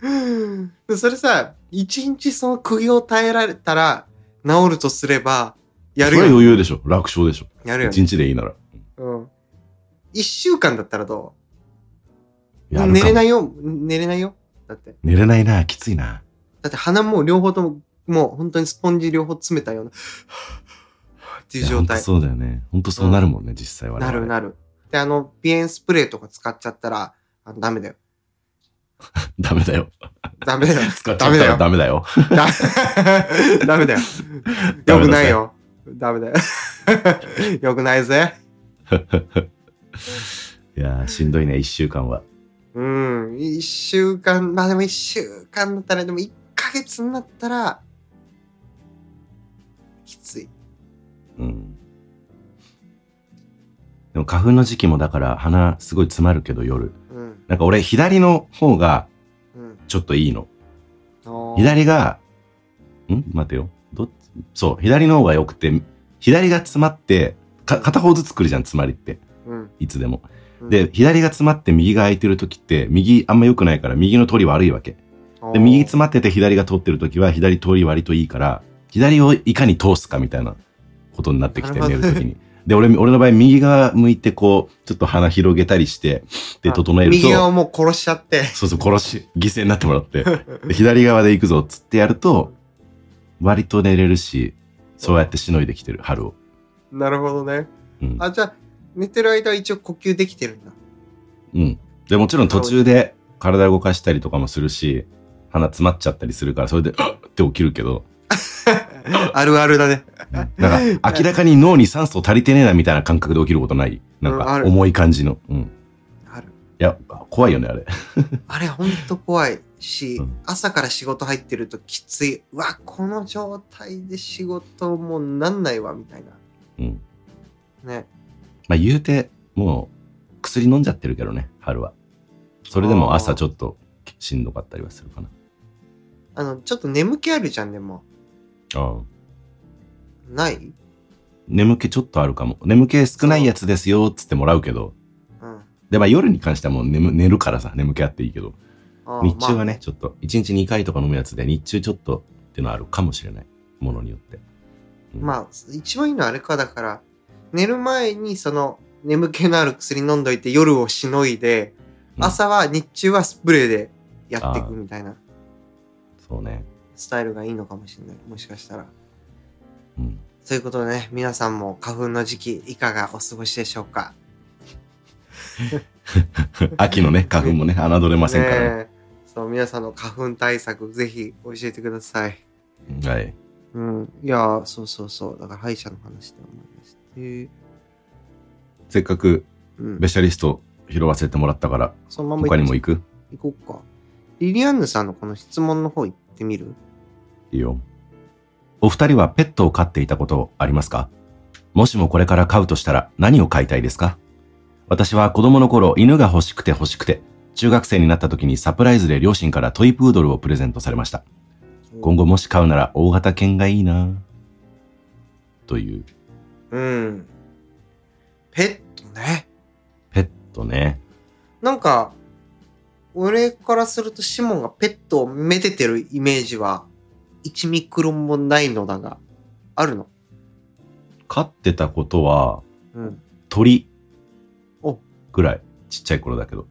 Speaker 3: うん
Speaker 2: でそれさ、一日その釘を耐えられたら治るとすれば、やる
Speaker 3: それは
Speaker 2: よ。
Speaker 3: 余裕でしょ。楽勝でしょ。
Speaker 2: やるよ
Speaker 3: 一
Speaker 2: ね。
Speaker 3: 日でいいなら。
Speaker 2: うん。一週間だったらどう
Speaker 3: やるかも
Speaker 2: 寝れないよ。寝れないよ。だって。
Speaker 3: 寝れないな、きついな。
Speaker 2: だって鼻も両方とも、もう本当にスポンジ両方詰めたような、っていう状
Speaker 3: いやほん
Speaker 2: 態
Speaker 3: と。そうだよね。本当そうなるもんね、実際は。
Speaker 2: なるなる。で、あの、鼻炎スプレーとか使っちゃったら、あのダメだよ。
Speaker 3: ダメだよ。
Speaker 2: ダメだよ。
Speaker 3: 使っちゃったらダメだよ。
Speaker 2: ダメ ダメだよ。よくないよ。ダメだよ。 よくないぜ。
Speaker 3: いやー、しんどいね、一週間は。
Speaker 2: うん。一週間、まあでも一週間だったら、でも一ヶ月になったら、きつい。
Speaker 3: うん。でも花粉の時期もだから鼻すごい詰まるけど夜。
Speaker 2: うん。
Speaker 3: なんか俺左の方が
Speaker 2: うん。
Speaker 3: ちょっといいの。
Speaker 2: おー
Speaker 3: 左が、ん待てよ。どっちそう、左の方が良くて、左が詰まって、か片方ずつ来るじゃん、詰まりって。
Speaker 2: うん。
Speaker 3: いつでも。
Speaker 2: うん
Speaker 3: で、、左が詰まって右が空いてる時って、右あんま良くないから、右の通り悪いわけ。で、右詰まってて左が通ってる時は、左通り割といいから、左をいかに通すかみたいなことになってきて、
Speaker 2: な
Speaker 3: 寝
Speaker 2: る
Speaker 3: る
Speaker 2: ほど
Speaker 3: 時に。で、俺、俺の場合、右側向いて、こう、ちょっと鼻広げたりして、で、
Speaker 2: あ
Speaker 3: 整える
Speaker 2: 右側
Speaker 3: と、
Speaker 2: をもう殺しちゃって。
Speaker 3: そうそう、殺し、犠牲になってもらって、 で左側で行くぞ、つってやると、割と寝れるし、そうやってしのいできてる、春を。
Speaker 2: なるほどね。
Speaker 3: うん。
Speaker 2: あ、じゃあ、寝てる間は一応呼吸できてる んだ。
Speaker 3: うん。で、もちろん途中で体動かしたりとかもするし、鼻詰まっちゃったりするから、それで、 あっって起きるけど、
Speaker 2: あるあるだね。
Speaker 3: なんか 明らかに脳に酸素足りてねえなみたいな感覚で起きることない。なん
Speaker 2: うんあ
Speaker 3: か
Speaker 2: る
Speaker 3: 重い感じの。うん。い
Speaker 2: ある。
Speaker 3: や、怖いよね、あれ。
Speaker 2: あれほんと怖いし、
Speaker 3: うん
Speaker 2: 朝から仕事入ってるときつい。うわ、この状態で仕事もうなんないわ、みたいな。
Speaker 3: うん。
Speaker 2: ね。
Speaker 3: まあ言うて、もう薬飲んじゃってるけどね、春は。それでも朝ちょっとしんどかったりはするかな。
Speaker 2: あの、ちょっと眠気あるじゃん、でも。
Speaker 3: ああ。
Speaker 2: ない
Speaker 3: 眠気ちょっとあるかも。眠気少ないやつですよ、っつってもらうけど。
Speaker 2: うん。
Speaker 3: で、まあ夜に関してはもう眠寝るからさ、眠気あっていいけど。
Speaker 2: あー
Speaker 3: 日中は
Speaker 2: ま
Speaker 3: ね、ちょっと、1日2回とか飲むやつで、日中ちょっとってのはあるかもしれない。ものによって。
Speaker 2: あまあ、一番いいのはあれか、だから、寝る前にその、眠気のある薬飲んどいて夜をしのいで、
Speaker 3: うん
Speaker 2: 朝は日中はスプレーでやっていくみたいな
Speaker 3: そうね。
Speaker 2: スタイルがいいのかもしれない。もしかしたら。
Speaker 3: うん。
Speaker 2: ということでね、皆さんも花粉の時期いかがお過ごしでしょうか。
Speaker 3: 秋のね、花粉もね、侮れませんからね。
Speaker 2: ねえそう、皆さんの花粉対策、ぜひ教えてください。
Speaker 3: はい。
Speaker 2: うん。いやー、そうそうそう。だから歯医者の話で思いまして。
Speaker 3: せっかく、
Speaker 2: うん
Speaker 3: ベ。シャリスト拾わせてもらったから、
Speaker 2: そのまま
Speaker 3: 他に
Speaker 2: 行
Speaker 3: も行く
Speaker 2: こうか。リリアンヌさんのこの質問の方行ってみる
Speaker 3: いいよ。お二人はペットを飼っていたことありますかもしもこれから飼うとしたら何を飼いたいですか私は子供の頃犬が欲しくて欲しくて、中学生になった時にサプライズで両親からトイプードルをプレゼントされました。今後。もし飼うなら大型犬がいいなという。
Speaker 2: うん。ペットね。
Speaker 3: ペットね。
Speaker 2: なんか、俺からするとシモンがペットをめでてるイメージは、1ミクロンもないのだが、あるの。
Speaker 3: 飼ってたことは
Speaker 2: うん。
Speaker 3: 鳥
Speaker 2: お
Speaker 3: ぐらい。ちっちゃい頃だけど。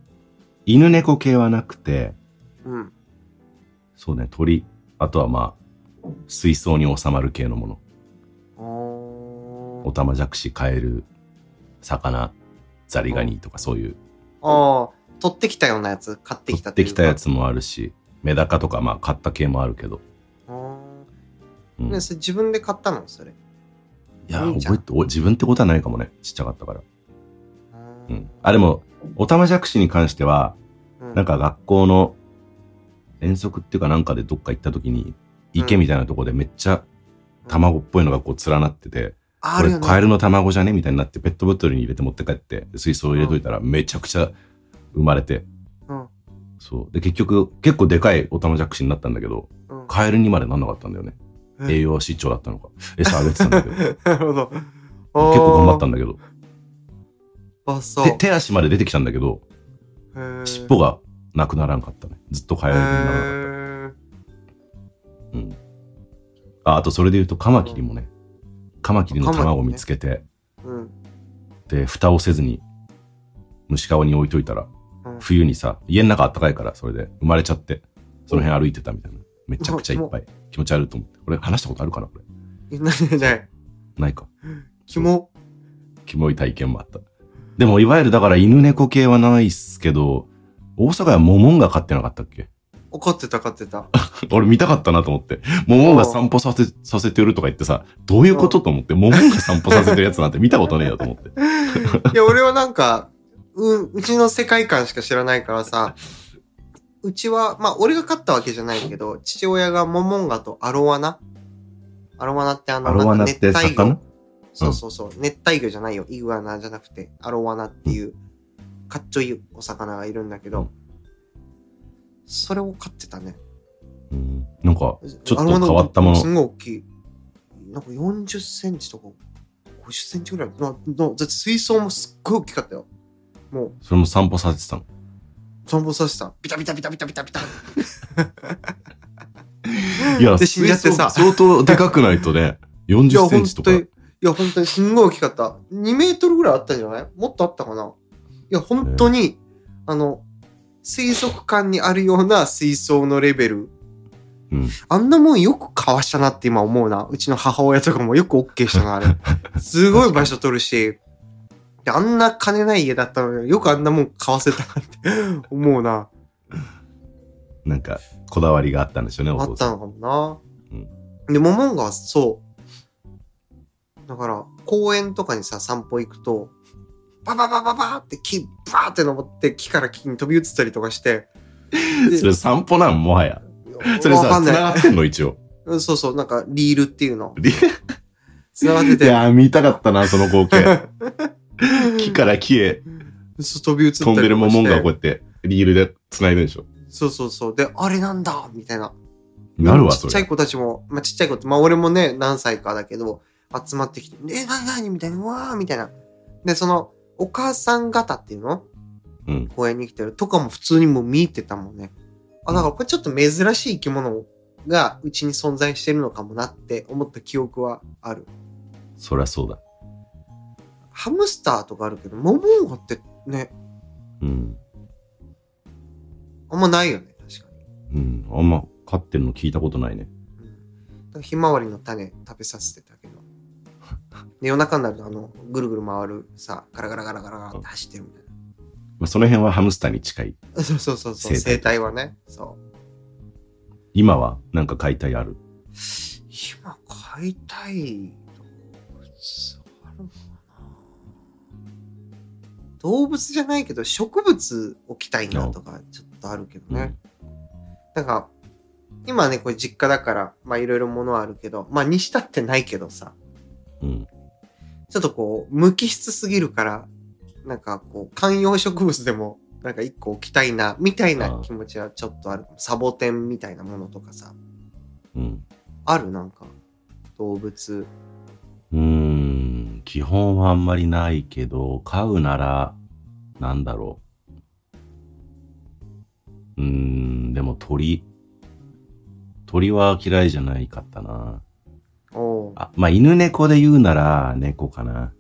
Speaker 3: 犬猫系はなくて、
Speaker 2: うん。
Speaker 3: そうね、鳥。あとはまあ、水槽に収まる系のもの。
Speaker 2: お
Speaker 3: オタマジャクシ、カエル、魚、ザリガニとかそういう。
Speaker 2: ああ、取ってきたようなやつ、買って
Speaker 3: 取
Speaker 2: きた
Speaker 3: っ
Speaker 2: とい
Speaker 3: て
Speaker 2: う
Speaker 3: き
Speaker 2: か
Speaker 3: たや。つもあるし、メダカとかまあ買った系もあるけど。
Speaker 2: あー
Speaker 3: うん、
Speaker 2: ね、それ自分で買ったのそれ。
Speaker 3: いや、
Speaker 2: いいじゃん
Speaker 3: 覚えて、お自分ってことはないかもね。ちっちゃかったから。う。
Speaker 2: うん
Speaker 3: あ、でも、オタマジャクシに関しては、なん
Speaker 2: か、
Speaker 3: か学校の遠足っていうかなんかでどっか行った時に、池みたいなとこでめっちゃ卵っぽいのがこう連なってて、
Speaker 2: あ
Speaker 3: こ
Speaker 2: る
Speaker 3: れ
Speaker 2: よね。
Speaker 3: カエルの卵じゃねみたいになってペットボトルに入れて持って帰って水槽を入れといたらめちゃくちゃ生まれて、
Speaker 2: うん
Speaker 3: そう。で、結局、結構でかいオタマジャクシになったんだけど、
Speaker 2: うん
Speaker 3: カエルにまでなんなかったんだよね。
Speaker 2: うん
Speaker 3: 栄養失調だったのか。 餌あげてたんだけど。結
Speaker 2: なるほど。結
Speaker 3: 構頑張ったんだけど。
Speaker 2: た。あ、 そう
Speaker 3: 手。手足まで出てきたんだけど、
Speaker 2: へー
Speaker 3: 尻尾がなくならんかったね。ずっとカエルにならなかっ
Speaker 2: へー
Speaker 3: た。うん。あ、あとそれで言うとカマキリもね、カマキリの卵を見つけて、
Speaker 2: うん。
Speaker 3: で、蓋をせずに虫かごに置いといたら、
Speaker 2: うん
Speaker 3: 冬にさ、家の中あったかいから、それで生まれちゃって、その辺歩いてたみたいな。めちゃくちゃいっぱい。気持ち悪いと思って。これ話したことあるかなこれ。
Speaker 2: えなになに
Speaker 3: ないか。
Speaker 2: キモ。
Speaker 3: キモい体験もあった。でも、いわゆるだから犬猫系はないっすけど、大阪はモモンガ飼ってなかったっけ
Speaker 2: 怒ってた、怒ってた。
Speaker 3: 俺見たかったなと思って。モモンガ散歩させさせてるとか言ってさ、どういうことと思って、モモンガ散歩させてるやつなんて見たことねえよと思って。
Speaker 2: いや、俺はなんか、う、うちの世界観しか知らないからさ、うちは、まあ、俺が勝ったわけじゃないけど、父親がモモンガとアロワナアロワナってあの、
Speaker 3: アロワ
Speaker 2: な
Speaker 3: ナ
Speaker 2: ん
Speaker 3: っ
Speaker 2: か
Speaker 3: て
Speaker 2: 熱帯魚
Speaker 3: 魚
Speaker 2: そうそうそう、熱帯魚じゃないよ。イグアナじゃなくて、アロワナっていう、かっちょいいお魚がいるんだけ
Speaker 3: う
Speaker 2: ど
Speaker 3: ん、
Speaker 2: それを飼ってたね。
Speaker 3: うん。なんか、ちょっ
Speaker 2: アロワ
Speaker 3: と
Speaker 2: ナ
Speaker 3: 変わったも
Speaker 2: す
Speaker 3: の。
Speaker 2: んごい大きい。なんか40センチとか、50センチぐらい。ななだって水槽もすっごい大きかったよ。もう、
Speaker 3: それも散歩させてたの。
Speaker 2: 散歩させた。ビタビタビタビタビタビタ。
Speaker 3: いや、
Speaker 2: で死んじゃってさ
Speaker 3: 水槽相当でかくない とね、
Speaker 2: いや、
Speaker 3: 40セ
Speaker 2: 本
Speaker 3: ンチと
Speaker 2: 当
Speaker 3: か
Speaker 2: に。い。や、本当にすんごい大きかった。2メートルぐらいあったんじゃないもっとあったかないや、本当に、あの、水族館にあるような水槽のレベル。
Speaker 3: うん
Speaker 2: あんなもんよくかわしたなって今思うな。うちの母親とかもよく OK したな、 あれ。すごい場所取るし。であんな金ない家だったのによくあんなもん買わせたなって思うな。
Speaker 3: なんか、こだわりがあったんでしょうね、お
Speaker 2: あ
Speaker 3: 父
Speaker 2: っ
Speaker 3: さん。
Speaker 2: たのかもな。で、モモンガはそう。だから、公園とかにさ、散歩行くと、バババババーって木、バーって登って、木から木に飛び移ったりとかして、で
Speaker 3: それ散歩なん、もはや。それ
Speaker 2: わか
Speaker 3: さ、
Speaker 2: ん
Speaker 3: 繋が
Speaker 2: な
Speaker 3: ってんの、一応。
Speaker 2: い。そうそう、なんか、リールっていうの。
Speaker 3: リ
Speaker 2: 繋がって
Speaker 3: い
Speaker 2: て、
Speaker 3: やー、見たかったな、その 光景。木から木へ
Speaker 2: そう飛び移ったりとかし
Speaker 3: 飛
Speaker 2: て。
Speaker 3: んでるモモンガをこうやって、リールで繋いでるでしょ。
Speaker 2: そうそうそう。で、あれなんだみたいな。
Speaker 3: なるわ、
Speaker 2: ち
Speaker 3: そ
Speaker 2: っちゃい
Speaker 3: れ。
Speaker 2: 子たちも、まあ、ちっちゃい子って、まあ、俺もね、何歳かだけど、集まってきて、え、なになにみたいな、うわーみたいな。で、その、お母さん方っていうの
Speaker 3: うん。
Speaker 2: 公園に来てるとかも普通にもう見てたもんね。あ、だからこれちょっと珍しい生き物がうちに存在してるのかもなって思った記憶はある。
Speaker 3: そりゃそうだ。
Speaker 2: ハムスターとかあるけど、モモンガってね、
Speaker 3: うん。
Speaker 2: あんまないよね、確かに。
Speaker 3: うん。あんま飼ってるの聞いたことないね。
Speaker 2: だからひまわりの種食べさせてた けど。で夜中になるとあのぐるぐる回るさガラガラガラガラガラって走ってるみたい
Speaker 3: まあ、その辺はハムスターに近い。
Speaker 2: な そうそうそうそう
Speaker 3: 生
Speaker 2: 生態はねそう
Speaker 3: 今は、なんか解体ある。
Speaker 2: 今飼いたい動物あるかな動物じゃないけど植物を着たいなとかちょっとあるけどね、なんか、今ね、これ実家だから、まあいろいろ物はあるけど、まあにしたってないけどさ、
Speaker 3: うん。うん。
Speaker 2: ちょっとこう、無機質すぎるから、なんかこう、観葉植物でも、なんか一個置きたいな、みたいな気持ちはちょっとある。サボテンみたいなものとかさ、
Speaker 3: うん。
Speaker 2: あるなんか、動物。
Speaker 3: うーん、基本はあんまりないけど、飼うなら、なんだろう。うーん、でも鳥。鳥は嫌いじゃないかったな。
Speaker 2: おう
Speaker 3: あ、まあ、犬猫で言うなら、猫かな。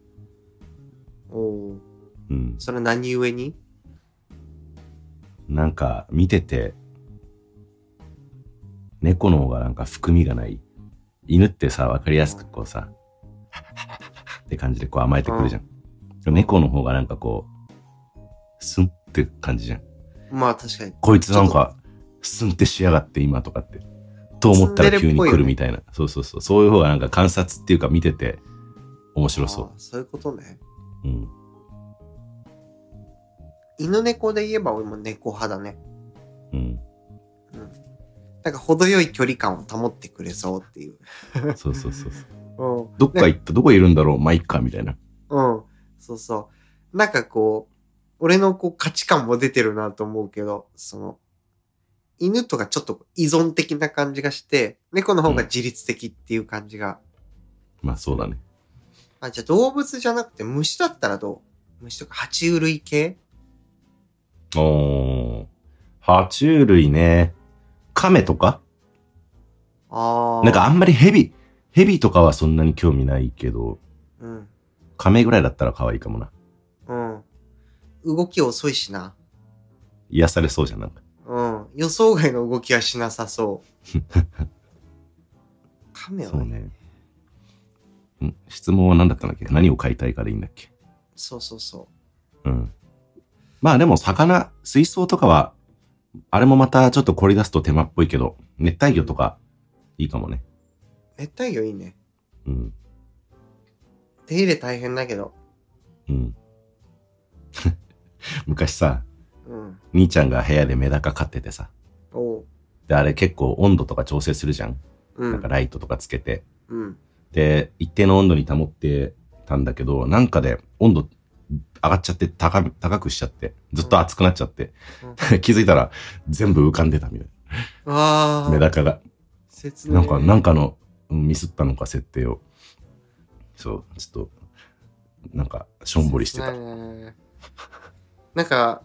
Speaker 2: おう
Speaker 3: うん。
Speaker 2: それ何故に
Speaker 3: なんか、見てて、猫の方がなんか含みがない。犬ってさ、わかりやすくこうさ、って感じでこう甘えてくるじゃん。猫の方がなんかこう、スンって感じじゃん。
Speaker 2: まあ確かに。
Speaker 3: こいつなんか、スンってしやがって今とかって。と思ったら急に来るみたいな。そうそうそう。そういう方がなんか観察っていうか見てて面白
Speaker 2: あ
Speaker 3: そ
Speaker 2: あそういうことね。
Speaker 3: う。うん。
Speaker 2: 犬猫で言えば俺も猫派だね。
Speaker 3: うん。
Speaker 2: うん。なんか程よい距離感を保ってくれそうっていう。
Speaker 3: そうそうそうそう。
Speaker 2: うん。
Speaker 3: どっか行った、どこいるんだろうまあ、いっか、みたいな。
Speaker 2: うん。そうそう。なんかこう、俺のこう価値観も出てるなと思うけど、その、犬とかちょっと依存的な感じがして、猫の方が自律的っていう感じが。
Speaker 3: まあそうだね。
Speaker 2: あ、じゃあ動物じゃなくて虫だったらどう虫とか爬虫類系
Speaker 3: おー。爬虫類ね。亀とか
Speaker 2: ああ。
Speaker 3: なんか、あんまりヘビ、ヘビとかはそんなに興味ないけど、
Speaker 2: うん。
Speaker 3: 亀ぐらいだったら可愛いかもな。
Speaker 2: うん。動き遅いしな。
Speaker 3: 癒されそうじゃんなんか。
Speaker 2: うん。予想外の動きはしなさそう。 カメ
Speaker 3: そう
Speaker 2: は
Speaker 3: ね。ん質問は何だったんだっけ何を飼いたいかでいいんだっけ
Speaker 2: そうそうそ
Speaker 3: うん。まあでも魚、水槽とかは、あれもまたちょっと凝り出すと手間っぽいけど、熱帯魚とかいいかもね。
Speaker 2: う。熱帯魚いいね。
Speaker 3: うん。
Speaker 2: 手入れ大変だけど。
Speaker 3: うん。 昔さ、
Speaker 2: うん。
Speaker 3: 兄ちゃんが部屋でメダカ飼っててさ。
Speaker 2: おう。
Speaker 3: で、あれ結構温度とか調整するじゃん。
Speaker 2: う
Speaker 3: なんか
Speaker 2: ん。
Speaker 3: ライトとかつけて。
Speaker 2: うん。
Speaker 3: で、一定の温度に保ってたんだけど、なんかで温度上がっちゃって高め、高くしちゃって、ずっと熱くなっちゃって、 気づいたら全部浮かんでたみたい
Speaker 2: あ
Speaker 3: な。
Speaker 2: あ。
Speaker 3: メダカが。
Speaker 2: 切
Speaker 3: なんか、なん
Speaker 2: か。
Speaker 3: かの、うんミスったのか、設定を。そう、ちょっと、なんか、しょんぼりしてた
Speaker 2: 切。ないねなんか、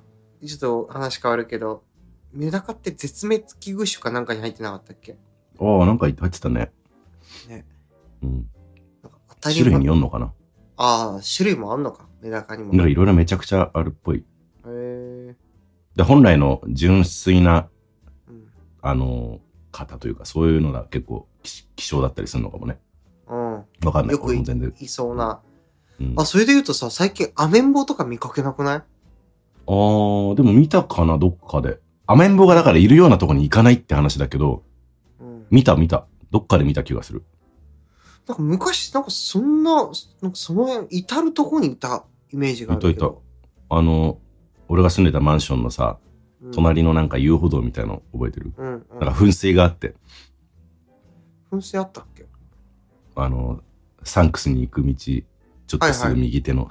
Speaker 2: ちょっと話変わるけど、メダカって絶滅危惧種かなんかに入ってなかったっけ
Speaker 3: ああ、なんか入ってたね。
Speaker 2: ね。
Speaker 3: うん。
Speaker 2: なんか当たり
Speaker 3: 種
Speaker 2: 前
Speaker 3: 類によんのかな
Speaker 2: ああ、種類もあんのか。メダカにも。
Speaker 3: なんか
Speaker 2: へ
Speaker 3: いろいろめちゃくちゃあるっぽい。
Speaker 2: え。
Speaker 3: で、本来の純粋な、
Speaker 2: うん。
Speaker 3: あのー、型というか、そういうのが結構希、希少だったりするのかもね。
Speaker 2: うん。
Speaker 3: わかんない。
Speaker 2: よく
Speaker 3: 俺も全然。
Speaker 2: いそうな。
Speaker 3: うん、あ
Speaker 2: あ、それで言うとさ、最近アメンボとか見かけなくない
Speaker 3: あー、でも見たかな、どっかで。アメンボがだからいるようなとこに行かないって話だけど、
Speaker 2: うん。
Speaker 3: 見た見た。どっかで見た気がする。
Speaker 2: なんか昔、なんかそんな、なんかその辺、至るとこにいたイメージがあるけど。
Speaker 3: あの、俺が住んでたマンションのさ、
Speaker 2: うん
Speaker 3: 隣のなんか遊歩道みたいの覚えてる
Speaker 2: うん、うん。
Speaker 3: なんか噴水があって、
Speaker 2: 噴水あったっけ
Speaker 3: あの、サンクスに行く道、ちょっとすぐ右手の、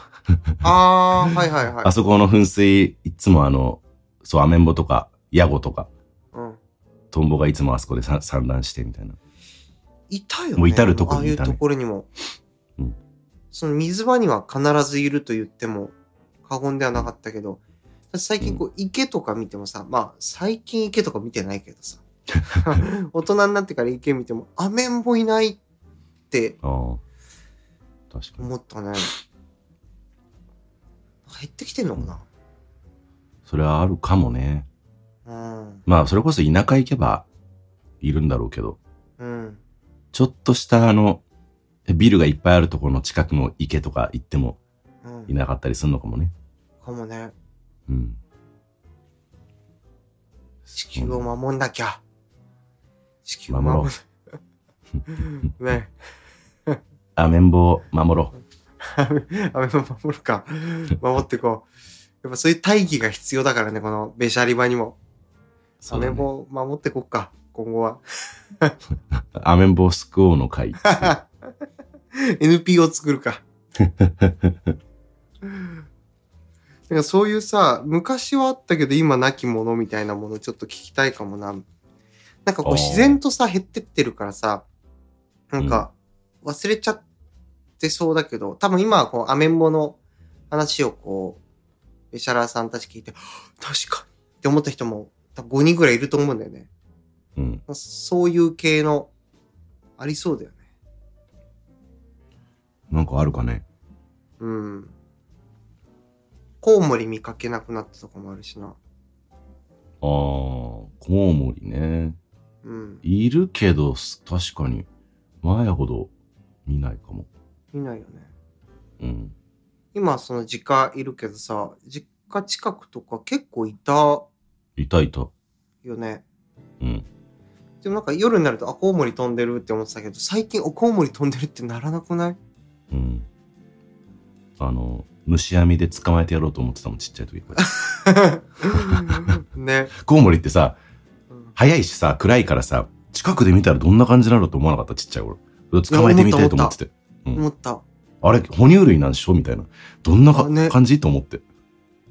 Speaker 2: あー、はいはいはい。
Speaker 3: あそこの噴水、いつもあの、そう、アメンボとか、ヤゴとか、
Speaker 2: うん。
Speaker 3: トンボがいつもあそこでさ産卵してみたいな。
Speaker 2: いたよね。
Speaker 3: もう至るとこにい
Speaker 2: あ
Speaker 3: たね
Speaker 2: あいうところにも。
Speaker 3: うん
Speaker 2: その水場には必ずいると言っても過言ではなかったけど、最近こう池とか見てもさ、まあ最近池とか見てないけどさ、 大人になってから池見ても、アメンボいないって
Speaker 3: ああ、確かに。
Speaker 2: 思 ったね。減ってきてんのか
Speaker 3: それはあるかもね。
Speaker 2: なうん。
Speaker 3: まあ、それこそ田舎行けば、いるんだろうけど、
Speaker 2: うん。
Speaker 3: ちょっとしたあの、ビルがいっぱいあるところの近くの池とか行っても
Speaker 2: うん。
Speaker 3: いなかったりするのかもね。
Speaker 2: かもね。
Speaker 3: うん。
Speaker 2: 地球を守んなきゃ。地球を
Speaker 3: 守ろ
Speaker 2: 守る。 ね。
Speaker 3: アメンボを守ろう。
Speaker 2: アメアメも守るか。守ってこう。やっぱそういう大義が必要だからね、このベシャリバにも。ア
Speaker 3: そうだ
Speaker 2: メ
Speaker 3: ね
Speaker 2: も守ってこっか、今後は。
Speaker 3: アメンボを救おうの会。
Speaker 2: NPO 作るか。なんかそういうさ、昔はあったけど今なきものみたいなものちょっと聞きたいかもな。なんかこう
Speaker 3: あー
Speaker 2: 自然とさ、減ってってるからさ、なんか忘れちゃってそうだけど、多分今はこうアメンボの話をこう、ベシャラーさんたち聞いて、は ぁ確かにって思った人も多分5人ぐらいいると思うんだよね。
Speaker 3: うん。
Speaker 2: そういう系の、ありそうだよね。
Speaker 3: なんかあるかね。
Speaker 2: うん。コウモリ見かけなくなったとこもあるしな。
Speaker 3: ああ、コウモリね。
Speaker 2: うん。
Speaker 3: いるけど、す確かに、前ほど見ないかも。
Speaker 2: 見ないよね。
Speaker 3: うん。
Speaker 2: 今、その実家いるけどさ、実家近くとか結構いたよ
Speaker 3: いたいた。
Speaker 2: ね。
Speaker 3: うん。
Speaker 2: でもなんか夜になると、あ、コウモリ飛んでるって思ってたけど、最近、おコウモリ飛んでるってならなくない
Speaker 3: うん。あの、虫網で捕まえてやろうと思ってたもん、ちっちゃい時。
Speaker 2: ね。
Speaker 3: コウモリってさ、
Speaker 2: うん
Speaker 3: 早いしさ、暗いからさ、近くで見たらどんな感じなのと思わなかった、ちっちゃい頃。捕まえてみたいと思ってて。
Speaker 2: 思った。
Speaker 3: あれ、哺乳類なんでしょみたいな。どんなか
Speaker 2: あね
Speaker 3: 感じと思って。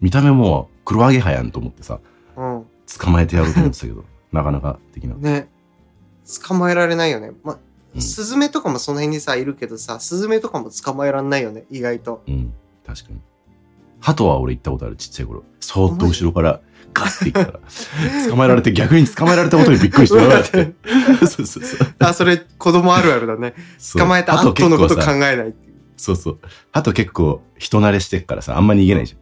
Speaker 3: 見た目も黒アゲハやんと思ってさ、
Speaker 2: うん。
Speaker 3: 捕まえてやろうと思ってたけど、なかなか的な。
Speaker 2: ね捕まえられないよね、ま
Speaker 3: うん
Speaker 2: スズメとかもその辺にさいるけどさスズメとかも捕まえられないよね意外と
Speaker 3: うん、確かに。鳩は俺行ったことある、ちっちゃい頃。そーっと後ろからガッて行 ったら、捕まえられて、逆に捕まえられたことにびっくりして、うわー って。そうそうそう。
Speaker 2: あそれ子供あるあるだね
Speaker 3: そう
Speaker 2: 捕まえた後のこと
Speaker 3: 鳩結構
Speaker 2: 考
Speaker 3: さ
Speaker 2: えないっていう
Speaker 3: そうそう。鳩結構人慣れしてっからさ、あんま逃げないじ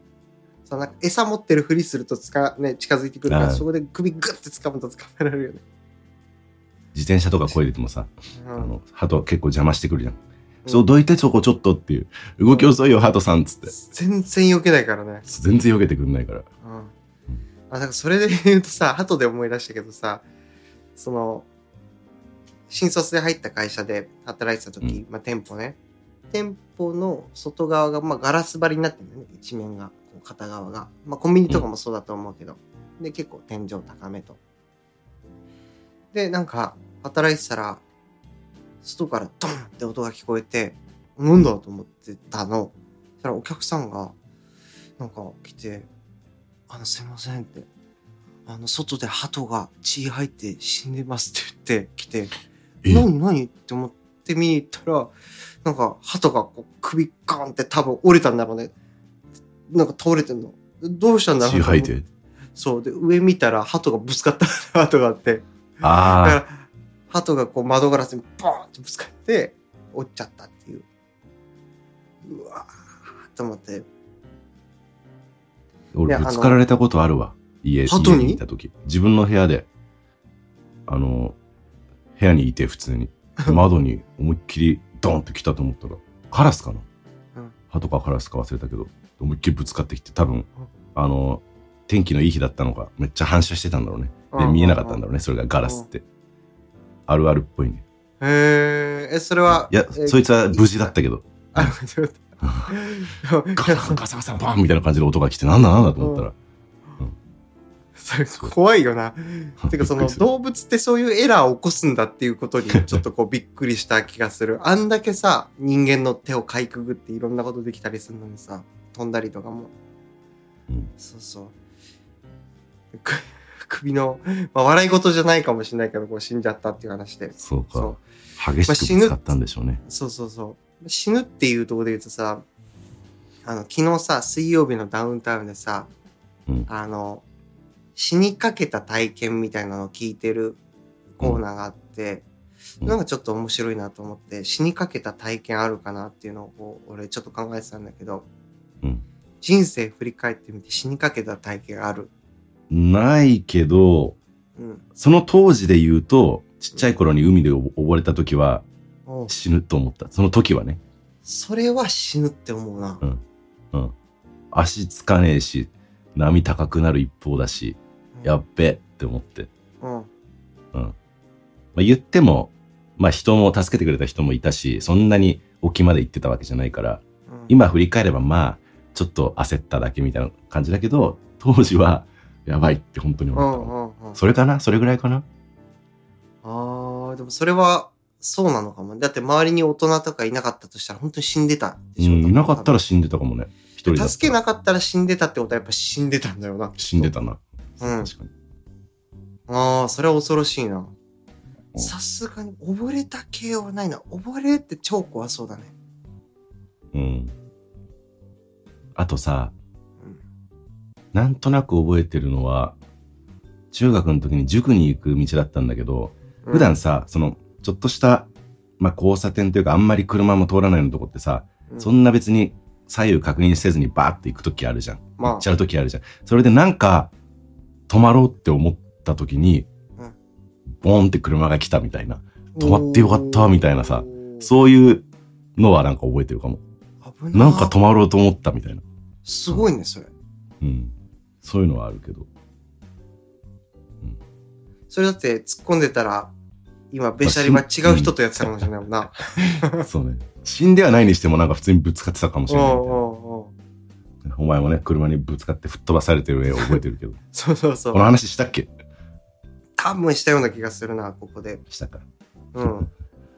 Speaker 2: そのなんか餌持ってるふりするとつか、ね、近づいてくるか
Speaker 3: あ
Speaker 2: ら
Speaker 3: あ
Speaker 2: そこで首グッて掴むと捕まえられるよね、
Speaker 3: ゃん。自転車とかこいでてもさ、
Speaker 2: う
Speaker 3: あ
Speaker 2: ん
Speaker 3: の、鳩結構邪魔してくるじゃん。
Speaker 2: ん
Speaker 3: そう、どいてそこちょっとっていう。動き遅いよ、鳩さんっつって。
Speaker 2: 全然避けないからね、
Speaker 3: 全然避けてくんないから。
Speaker 2: うん、あだからそれで言うとさ後で思い出したけどさその新卒で入った会社で働いてた時、まあ、店舗ね店舗の外側が、まあ、ガラス張りになってるんだよね一面がこう片側が、まあ、コンビニとかもそうだと思うけど、で結構天井高めとでなんか働いてたら外からドンって音が聞こえてなんだと思ってたのそしたらお客さんがなんか来て「あのすいません」って「あの外で鳩が血入って死んでます」って言って来て「
Speaker 3: え
Speaker 2: 何何?」って思って見に行ったらなんか鳩がこう首ガンって多分折れたんだろうねなんか倒れてんのどうしたんだろうと思
Speaker 3: 血
Speaker 2: っ
Speaker 3: 吐いて。
Speaker 2: そうで上見たら鳩がぶつかった跡があってだか
Speaker 3: ああ、
Speaker 2: ら鳩がこう窓ガラスにボーンってぶつかって折っちゃったっていううわーと思って
Speaker 3: 俺
Speaker 2: いや
Speaker 3: ぶつかられたことあるわ。家
Speaker 2: 鳩に
Speaker 3: 家いた時。自分の部屋で、あの、部屋にいて普通 に。窓に思いっきりドンって来たと思ったら、カラスかな、
Speaker 2: うん
Speaker 3: 鳩かカラスか忘れたけど、思いっきりぶつかってきて、多分、あの、天気のいい日だったのか、めっちゃ反射してたんだろうね。で、見えなかったんだろうね、それがガラスって。あるあるっぽいね。
Speaker 2: へーえそれはい
Speaker 3: や、
Speaker 2: え
Speaker 3: そいつは無事だったけど、
Speaker 2: あそう だ
Speaker 3: ガサガサガサバンみたいな感じの音が来て、なんだなんだと思ったら、
Speaker 2: それ怖いよな。てかそ
Speaker 3: び
Speaker 2: の
Speaker 3: っくりする
Speaker 2: 動物ってそういうエラーを起こすんだっていうことにちょっとこうびっくりした気がす る。あんだけさ人間の手をかいくぐっていろんなことできたりするのにさ飛んだりとかも。
Speaker 3: うん
Speaker 2: そうそう。く 首の、まあ、笑い事じゃないかもしれないけどこう死んじゃったっていう話で。
Speaker 3: そうか。
Speaker 2: そう
Speaker 3: 激しくぶつかったんでしょうね。
Speaker 2: そうそうそう。死ぬっていうところで言うとさ、あの、昨日さ、水曜日のダウンタウンでさ、
Speaker 3: うん
Speaker 2: あの、死にかけた体験みたいなのを聞いてるコーナーがあって、
Speaker 3: うん
Speaker 2: なんかちょっと面白いなと思って、死にかけた体験あるかなっていうのをこう俺ちょっと考えてたんだけど、
Speaker 3: うん
Speaker 2: 人生振り返ってみて死にかけた体験ある。
Speaker 3: ないけど、
Speaker 2: うん。
Speaker 3: その当時で言うと、ちっちゃい頃に海で溺れた時は
Speaker 2: おう
Speaker 3: 死ぬと思った。その時はね、
Speaker 2: それは死ぬって思うな。
Speaker 3: うん足つかねえし、波高くなる一方だし、やっべって思って。
Speaker 2: うん。
Speaker 3: まあ、言っても、まあ人も助けてくれた人もいたし、そんなに沖まで行ってたわけじゃないから、
Speaker 2: うん、
Speaker 3: 今振り返ればまあ、ちょっと焦っただけみたいな感じだけど、当時はやばいって本当に
Speaker 2: う
Speaker 3: 思った
Speaker 2: ん
Speaker 3: わ。
Speaker 2: うんうん。
Speaker 3: それかなそれぐらいかな
Speaker 2: ああ、でもそれはそうなのかも。だって周りに大人とかいなかったとしたら本当に死んでたで
Speaker 3: うん、
Speaker 2: しょ。
Speaker 3: いなかっ
Speaker 2: ら
Speaker 3: たら死んでたかもね。一人だったら
Speaker 2: 助けなかったら死んでたってことはやっぱ死んでたんだよな。
Speaker 3: 死んでたな。
Speaker 2: うん
Speaker 3: 確かに。
Speaker 2: ああ、それは恐ろしいな。
Speaker 3: うん
Speaker 2: さすがに溺れた系はないな。溺れって超怖そうだね。
Speaker 3: うん。あとさ、
Speaker 2: うん
Speaker 3: なんとなく覚えてるのは、中学の時に塾に行く道だったんだけど、普段、さ、その、ちょっとした、まあ、交差点というか、あんまり車も通らないようなとこってさ、
Speaker 2: うん
Speaker 3: そんな別に左右確認せずにバーって行く時あるじゃん。
Speaker 2: まあ
Speaker 3: 行っちゃう時あるじゃん。それでなんか、止まろうって思った時に
Speaker 2: うん、
Speaker 3: ボーンって車が来たみたいな。止まってよかったみたいなさ
Speaker 2: おー。
Speaker 3: そういうのはなんか覚えてるかも。
Speaker 2: 危な
Speaker 3: なんんか止まろうと思ったみたいな。
Speaker 2: すごいね、それ。
Speaker 3: うん。そういうのはある けど。
Speaker 2: それだって突っ込んでたら、今、べしゃりは違う人とやってたかもしれないもんな。
Speaker 3: そうね。死んではないにしてもなんか普通にぶつかってたかもし
Speaker 2: おう
Speaker 3: れないみたいな
Speaker 2: おうおう
Speaker 3: お前もね、車にぶつかって吹っ飛ばされてる絵を覚えてるけど。
Speaker 2: そうそうそ
Speaker 3: こ
Speaker 2: う
Speaker 3: の。話したっけ
Speaker 2: 多分したような気がするな、ここで。
Speaker 3: したか。
Speaker 2: うん。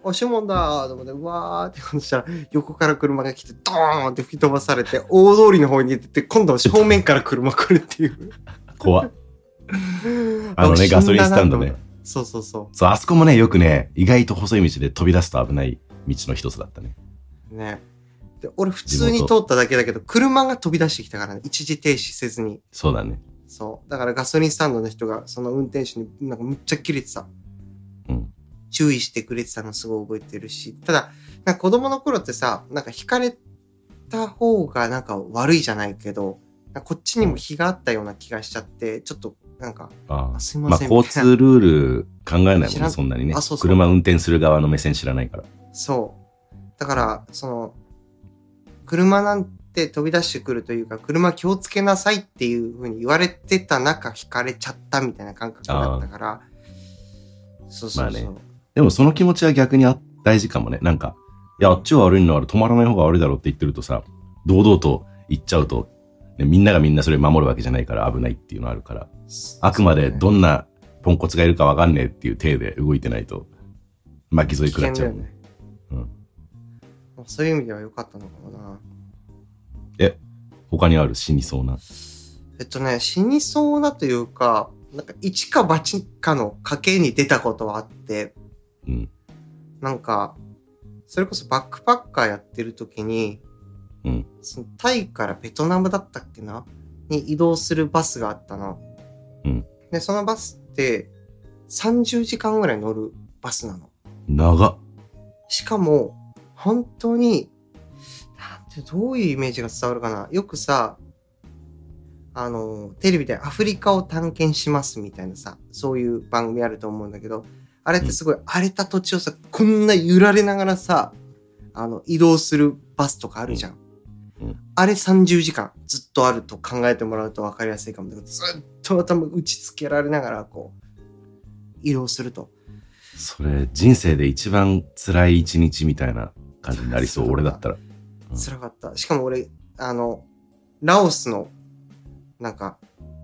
Speaker 2: おしもんだーと思って、うわーってことしたら、横から車が来て、ドーンって吹き飛ばされて、大通りの方に出てって、今度は正面から車来るっていう。
Speaker 3: 怖っあのね、ガソリンスタンドね。。
Speaker 2: そうそうそ
Speaker 3: そう、あそこもね、よくね、意外と細い道で飛び出すと危ない道の一つだったね。
Speaker 2: う。ね。で俺普通に通っただけだけど、車が飛び出してきたからね、一時停止せずに。
Speaker 3: そうだね。
Speaker 2: そう。だからガソリンスタンドの人が、その運転手になんかむっちゃキレてた。
Speaker 3: うん。
Speaker 2: 注意してくれてたのすごい覚えてるし。ただ、なんか子供の頃ってさ、なんか惹かれた方がなんか悪いじゃないけど、なんかこっちにも非があったような気がしちゃって、ちょっとなんか、
Speaker 3: ああ
Speaker 2: あすい
Speaker 3: ま
Speaker 2: ま
Speaker 3: あ、
Speaker 2: せん
Speaker 3: 交通ルール考えないもん
Speaker 2: 知ら
Speaker 3: ね、
Speaker 2: ん
Speaker 3: そんなにね
Speaker 2: あそう。そう
Speaker 3: 車運転する側の目線知らないから。
Speaker 2: そう。だから、その、車なんて飛び出してくるというか、車気をつけなさいっていうふうに言われてた中、惹かれちゃったみたいな感覚だったから、そうそうそう。
Speaker 3: まあでもその気持ちは逆にあ大事かもね。なんか、いや、あっちは悪いのはある、止まらない方が悪いだろうって言ってるとさ、堂々と行っちゃうと、ね、みんながみんなそれ守るわけじゃないから危ないっていうのあるから、あくまでど
Speaker 2: ん
Speaker 3: んなポンコツがいるかわかんねえっていう体で動いてないと、巻き添え食らっちゃうもんね。うん
Speaker 2: そういう意味では良かったのかな。
Speaker 3: 他にある死にそうな。
Speaker 2: えっとね、死にそうなというか、なんか一か八かの賭けに出たことはあって、
Speaker 3: うん。
Speaker 2: なんか、それこそバックパッカーやってる時に、
Speaker 3: うん
Speaker 2: そのタイからベトナムだったっけなに移動するバスがあったの。
Speaker 3: うん
Speaker 2: で、そのバスって30時間ぐらい乗るバスなの。
Speaker 3: 長っ。
Speaker 2: しかも、本当に、なんて、どういうイメージが伝わるかな。よくさ、あの、テレビでアフリカを探検しますみたいなさ、そういう番組あると思うんだけど、あれってすごい荒れた土地をさ、こんな揺られながらさ、あの、移動するバスとかあるじゃん。
Speaker 3: うんうん
Speaker 2: あれ30時間ずっとあると考えてもらうと分かりやすいかもだけど、ずっと頭打ちつけられながらこう、移動すると。
Speaker 3: それ、人生で一番辛い一日みたいな感じになりそう、
Speaker 2: そう
Speaker 3: 俺
Speaker 2: だな
Speaker 3: だったら。うん
Speaker 2: 辛かった。しかも俺、あの、ラオスの、なんか、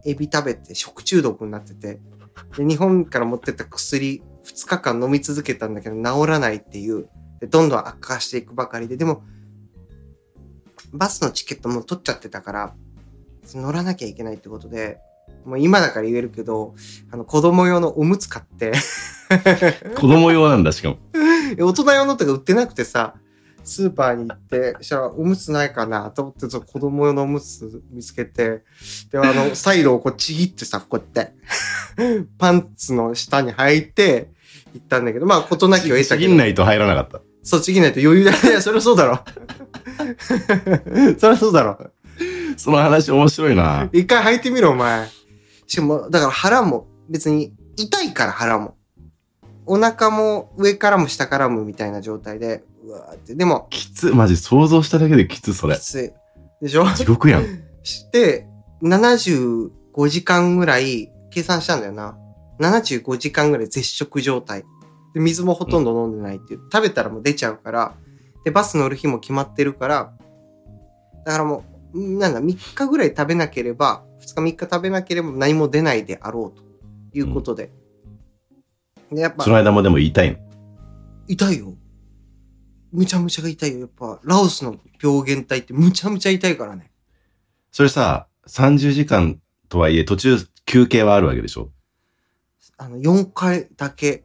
Speaker 2: エビ食べて食中毒になってて、で日本から持ってった薬、2日間飲み続けたんだけど、治らないっていう、でどんどん悪化していくばかりで、でも、バスのチケットもう取っちゃってたから、乗らなきゃいけないってことで、もう今だから言えるけど、あの子供用のおむつ買って、
Speaker 3: 子供用なんだ、しかも。
Speaker 2: え大人用のとか売ってなくてさスーパーに行ってそしたらおむつないかなと思ってその子供用のおむつ見つけてであ のサイロをこうちぎってさこうやってパンツの下に履いて行ったんだけどまあ事なきを得たけ
Speaker 3: ちぎん
Speaker 2: ど
Speaker 3: ないと入らなかった。
Speaker 2: そうちぎんないと余裕だいやそりゃそうだろ そりゃそうだろ
Speaker 3: その話面白いな。
Speaker 2: 一回履いてみろお前しかもだから腹も別に痛いから腹もお腹も上からも下からもみたいな状態でうわーってでも
Speaker 3: きつ、マジ想像しただけできつ、それ
Speaker 2: き。つい。でしょ
Speaker 3: 地獄やん。
Speaker 2: して、75時間ぐらい、計算したんだよな。75時間ぐらい絶食状態。で、水もほとんど飲んでないっていう。食べたらもう出ちゃうから、で、バス乗る日も決まってるから、だからもう、んなんだ、3日ぐらい食べなければ、2日3日食べなければ何も出ないであろうということで。で、やっぱ
Speaker 3: そ、の間もでも痛いの。
Speaker 2: 痛いよ。むちゃむちゃが痛いよ。やっぱ、ラオスの病原体ってむちゃむちゃ痛いからね。
Speaker 3: それさ、30時間とはいえ、途中休憩はあるわけでしょ。
Speaker 2: あの、4回だけ。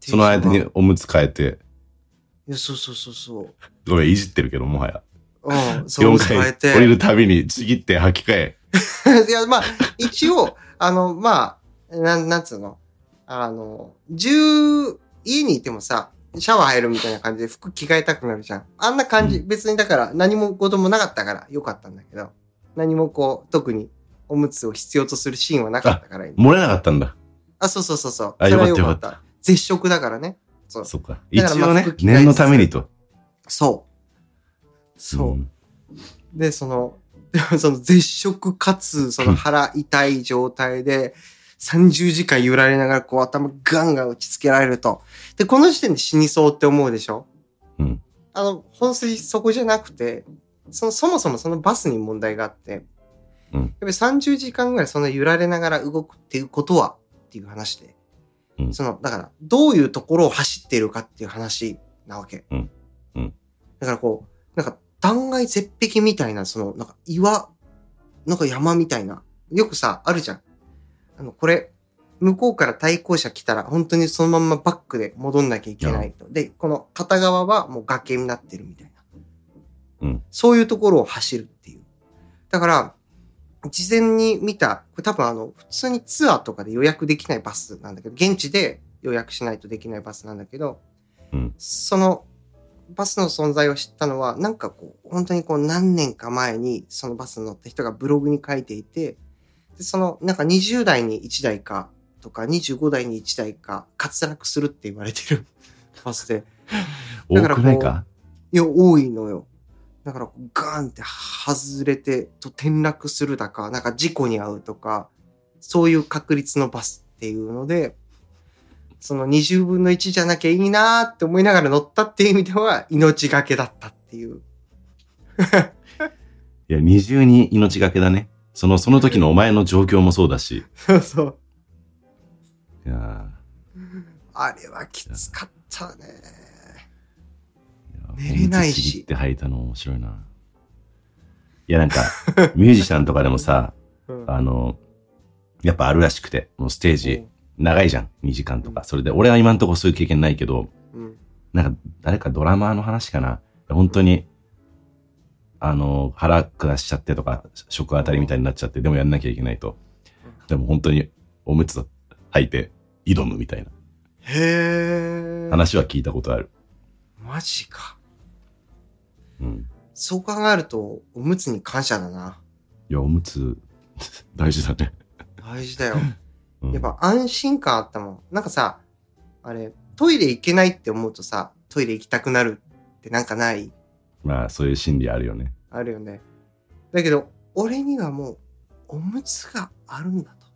Speaker 3: その間
Speaker 2: い
Speaker 3: におむつ変えて、
Speaker 2: や、そうそうそうそう。
Speaker 3: ごめん、いじってるけど、もはや。
Speaker 2: うん、そう
Speaker 3: 4
Speaker 2: 変え
Speaker 3: 回降
Speaker 2: て。
Speaker 3: りるたびにちぎって履き替え。
Speaker 2: いや、まあ、一応、あの、まあ、なん、なんつうの。あの、10、家にいてもさ、シャワー入るみたいな感じで服着替えたくなるじゃん。あんな感じ、
Speaker 3: う
Speaker 2: 別にだから何もこともなかったからよかったんだけど、何もこう、特におむつを必要とするシーンはなかったからいい
Speaker 3: 漏れなかったんだ。
Speaker 2: あ、そうそうそうそう。
Speaker 3: あ
Speaker 2: それは
Speaker 3: よかった
Speaker 2: た。絶食だからね。そう。
Speaker 3: そっか。一
Speaker 2: だからまあ
Speaker 3: 応ね
Speaker 2: 服、着替え
Speaker 3: 念のためにと。
Speaker 2: そう。そう。
Speaker 3: ん
Speaker 2: で、その、 でもその絶食かつ、その腹痛い状態で、30時間揺られながら、こう頭ガンガン打ちつけられると。で、この時点で死にそうって思うでしょ
Speaker 3: うん。
Speaker 2: あの、本筋そこじゃなくて、その、そもそもそのバスに問題があって、
Speaker 3: うん
Speaker 2: やっぱり30時間ぐらいその揺られながら動くっていうことは、っていう話で。
Speaker 3: うん
Speaker 2: その、だから、どういうところを走っているかっていう話なわけ。
Speaker 3: うんうん
Speaker 2: だからこう、なんか、断崖絶壁みたいな、その、なんか岩、なんか山みたいな。よくさ、あるじゃん。あの、これ、向こうから対向車来たら、本当にそのまんまバックで戻んなきゃいけないと。で、この片側はもう崖になってるみたいな。
Speaker 3: うん
Speaker 2: そういうところを走るっていう。だから、事前に見た、これ多分あの、普通にツアーとかで予約できないバスなんだけど、現地で予約しないとできないバスなんだけど、
Speaker 3: うん
Speaker 2: そのバスの存在を知ったのは、なんかこう、本当にこう何年か前にそのバスに乗った人がブログに書いていて、でそのなんか20代に1台かとか25代に1台か滑落するって言われてる バスで、
Speaker 3: 多
Speaker 2: だから
Speaker 3: くないか
Speaker 2: いや、多いのよ。だからこうガーンって外れてと転落するだか、なんか事故に遭うとか、そういう確率のバスっていうので、その20分の1じゃなきゃいいなーって思いながら乗ったっていう意味では命がけだったっていう。
Speaker 3: いや、二重に命がけだね。その、その時のお前の状況もそうだし。
Speaker 2: そうそう。
Speaker 3: いや
Speaker 2: あれはきつかったね。
Speaker 3: ー
Speaker 2: 寝れないし
Speaker 3: おむつちぎって吐いたの面白いな。いや、なんか、 ミュージシャンとかでもさ、
Speaker 2: うん
Speaker 3: あの、やっぱあるらしくて、もうステージ、長いじゃん。2時間とか。それで、俺は今んとこそういう経験ないけど、
Speaker 2: うん。
Speaker 3: なんか、誰かドラマーの話かな。本当に、あの、腹下しちゃってとか、食あたりみたいになっちゃって、でもやんなきゃいけないと。でも本当に、おむつ履いて、挑むみたいな
Speaker 2: へえ。
Speaker 3: 話は聞いたことある。
Speaker 2: マジか。
Speaker 3: うん。
Speaker 2: そう考えると、おむつに感謝だな。
Speaker 3: いや、おむつ、 大事だね。
Speaker 2: 大事だよ。
Speaker 3: うん
Speaker 2: やっぱ安心感あったもん。なんかさ、あれ、トイレ行けないって思うとさ、トイレ行きたくなるってなんかない
Speaker 3: まあ、そういう心理あるよね。
Speaker 2: あるよね。だけど、俺にはもう、おむつがあるんだと。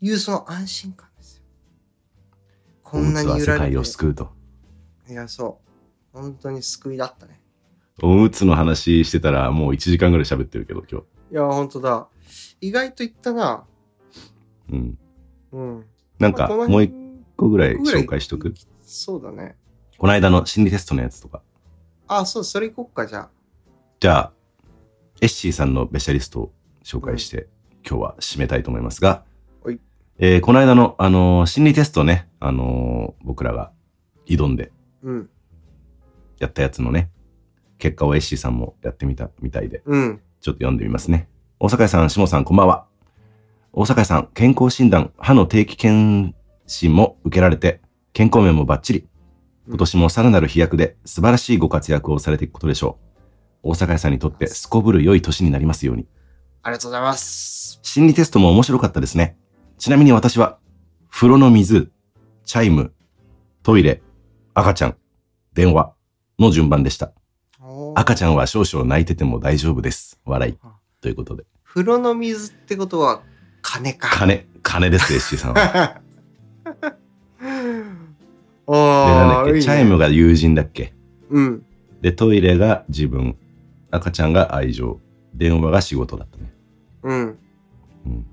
Speaker 2: いうその安心感ですよ。こ
Speaker 3: お
Speaker 2: ん
Speaker 3: む
Speaker 2: な
Speaker 3: つ
Speaker 2: に
Speaker 3: は
Speaker 2: 揺
Speaker 3: 世
Speaker 2: られ
Speaker 3: 界
Speaker 2: て
Speaker 3: を。救うと。
Speaker 2: いや、そう。本当に救いだったね。
Speaker 3: おむつの話してたら、もう1時間ぐらい喋ってるけど、今
Speaker 2: いや、本当だ。意外と言ったな。
Speaker 3: 日。うん。
Speaker 2: うん。
Speaker 3: なんか、
Speaker 2: まあ
Speaker 3: もう1個ぐらい
Speaker 2: この辺
Speaker 3: 紹介しとく。
Speaker 2: そうだね。
Speaker 3: この間の心理テストのやつとか。
Speaker 2: あ、そう、それ行こっか、じゃあ。
Speaker 3: じゃあ、エッシーさんのベシャリストを紹介して、今日は締めたいと思いますが
Speaker 2: はい、
Speaker 3: えーこの間の、あのー心理テストね、あのー僕らが挑んで
Speaker 2: うん。
Speaker 3: やったやつのね、結果をエッシーさんもやってみたみたいで、
Speaker 2: うん。
Speaker 3: ちょっと読んでみますね。大阪さん、下さん、こんばんは。大阪さん、健康診断、歯の定期検診も受けられて、健康面もバッチリ。今年もさらなる飛躍で素晴らしいご活躍をされていくことでしょう。大阪さんにとってすこぶる良い年になりますように。
Speaker 2: ありがとうございます。
Speaker 3: 心理テストも面白かったですね。ちなみに私は、風呂の水、チャイム、トイレ、赤ちゃん、電話の順番でした。
Speaker 2: おー
Speaker 3: 赤ちゃんは少々泣いてても大丈夫です。笑い。ということで。
Speaker 2: 風呂の水ってことは、金か。
Speaker 3: 金、金です、エッシーさんは。で、なんだ
Speaker 2: あ
Speaker 3: っ
Speaker 2: あ、
Speaker 3: け、
Speaker 2: いいね
Speaker 3: チャイム。が友人だっけ
Speaker 2: うん。
Speaker 3: で、トイレが自分、赤ちゃんが愛情、電話が仕事だったね。
Speaker 2: うん。
Speaker 3: うん。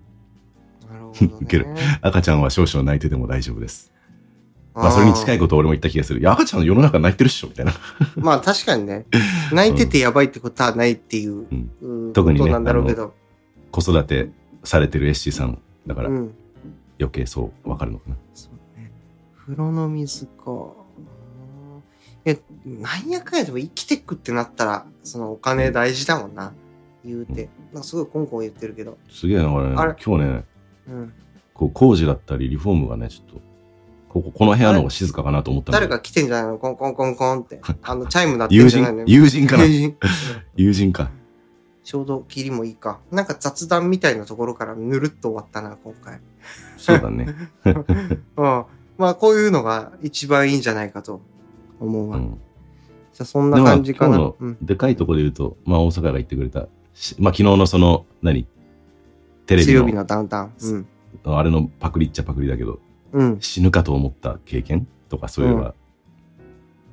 Speaker 2: なるほど、ね。
Speaker 3: ウケる赤ちゃんは少々泣いてても大丈夫です。 まあ、それに近い
Speaker 2: い。
Speaker 3: ことを俺も言った気がする。いや、赤ちゃん世の中泣いてるっしょみたいな。
Speaker 2: まあ確かに ね。泣いててやばいってことはないっていう、
Speaker 3: うん
Speaker 2: うん
Speaker 3: 特にね
Speaker 2: ことなんだろうけど。
Speaker 3: 子育てされてるエッシーさんだから
Speaker 2: うん。
Speaker 3: 余計そうわかるのかな。
Speaker 2: そうね。風呂の水か。え、なんやかんやでも生きてくってなったら、そのお金大事だもんな。言うて。なんかすごいコンコン言ってるけど。
Speaker 3: すげえな、これ、ね
Speaker 2: あれ、
Speaker 3: 今日ね、
Speaker 2: うん。
Speaker 3: こう工事だったりリフォームがね、ちょっと、ここ、この部屋の方が静かかなと思ったんだ
Speaker 2: 誰
Speaker 3: けど
Speaker 2: か来てんじゃないのコンコンコンコンっ て。あの、チャイム鳴ってん
Speaker 3: 友
Speaker 2: じゃないの
Speaker 3: 人、友人かな
Speaker 2: 友人
Speaker 3: 友人か。
Speaker 2: ちょうど切りもいいか。なんか雑談みたいなところからぬるっと終わったな、今回。
Speaker 3: そうだ ね。
Speaker 2: うん。まあ、こういうのが一番いいんじゃないかと思う
Speaker 3: う
Speaker 2: わ。じ
Speaker 3: ん。
Speaker 2: ゃあ、そん
Speaker 3: で
Speaker 2: な
Speaker 3: も
Speaker 2: 感じか
Speaker 3: 今日
Speaker 2: な。
Speaker 3: の
Speaker 2: うん。
Speaker 3: でかいところで言うと、まあ大阪が言ってくれたし、まあ昨日のその、何テレビ
Speaker 2: 水曜
Speaker 3: の
Speaker 2: 日のダウンタウン。うん。
Speaker 3: あれのパクリっちゃパクリだけど、
Speaker 2: うん。
Speaker 3: 死ぬかと思った経験とかそういうのが、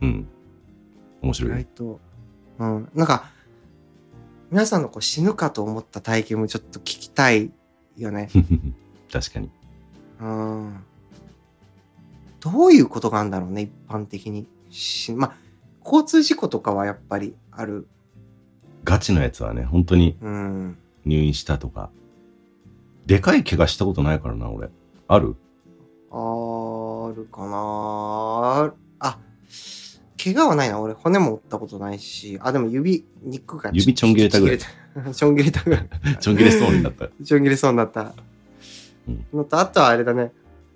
Speaker 3: うん、面白
Speaker 2: 意
Speaker 3: いね、
Speaker 2: 外と。うん。なんか、皆さんのこう死ぬかと思った体験もちょっと聞きたいよね。
Speaker 3: 確かに。
Speaker 2: うん。どういうことがあるんだろうね、一般的に。しまあ、交通事故とかはやっぱりある。
Speaker 3: ガチのやつはね、本当に
Speaker 2: うん。
Speaker 3: 入院したとか、でかい怪我したことないからな、俺。ある
Speaker 2: あるかなあ、怪我はないな。俺、骨も折ったことないし。あ、でも指、肉が
Speaker 3: 指ちょん切れたぐらい
Speaker 2: ちょん切れた。ちょ ん切れたぐらい。
Speaker 3: ちょん切れそうになった。
Speaker 2: ちょん切れそうになった。
Speaker 3: うん
Speaker 2: のとあとはあれだね。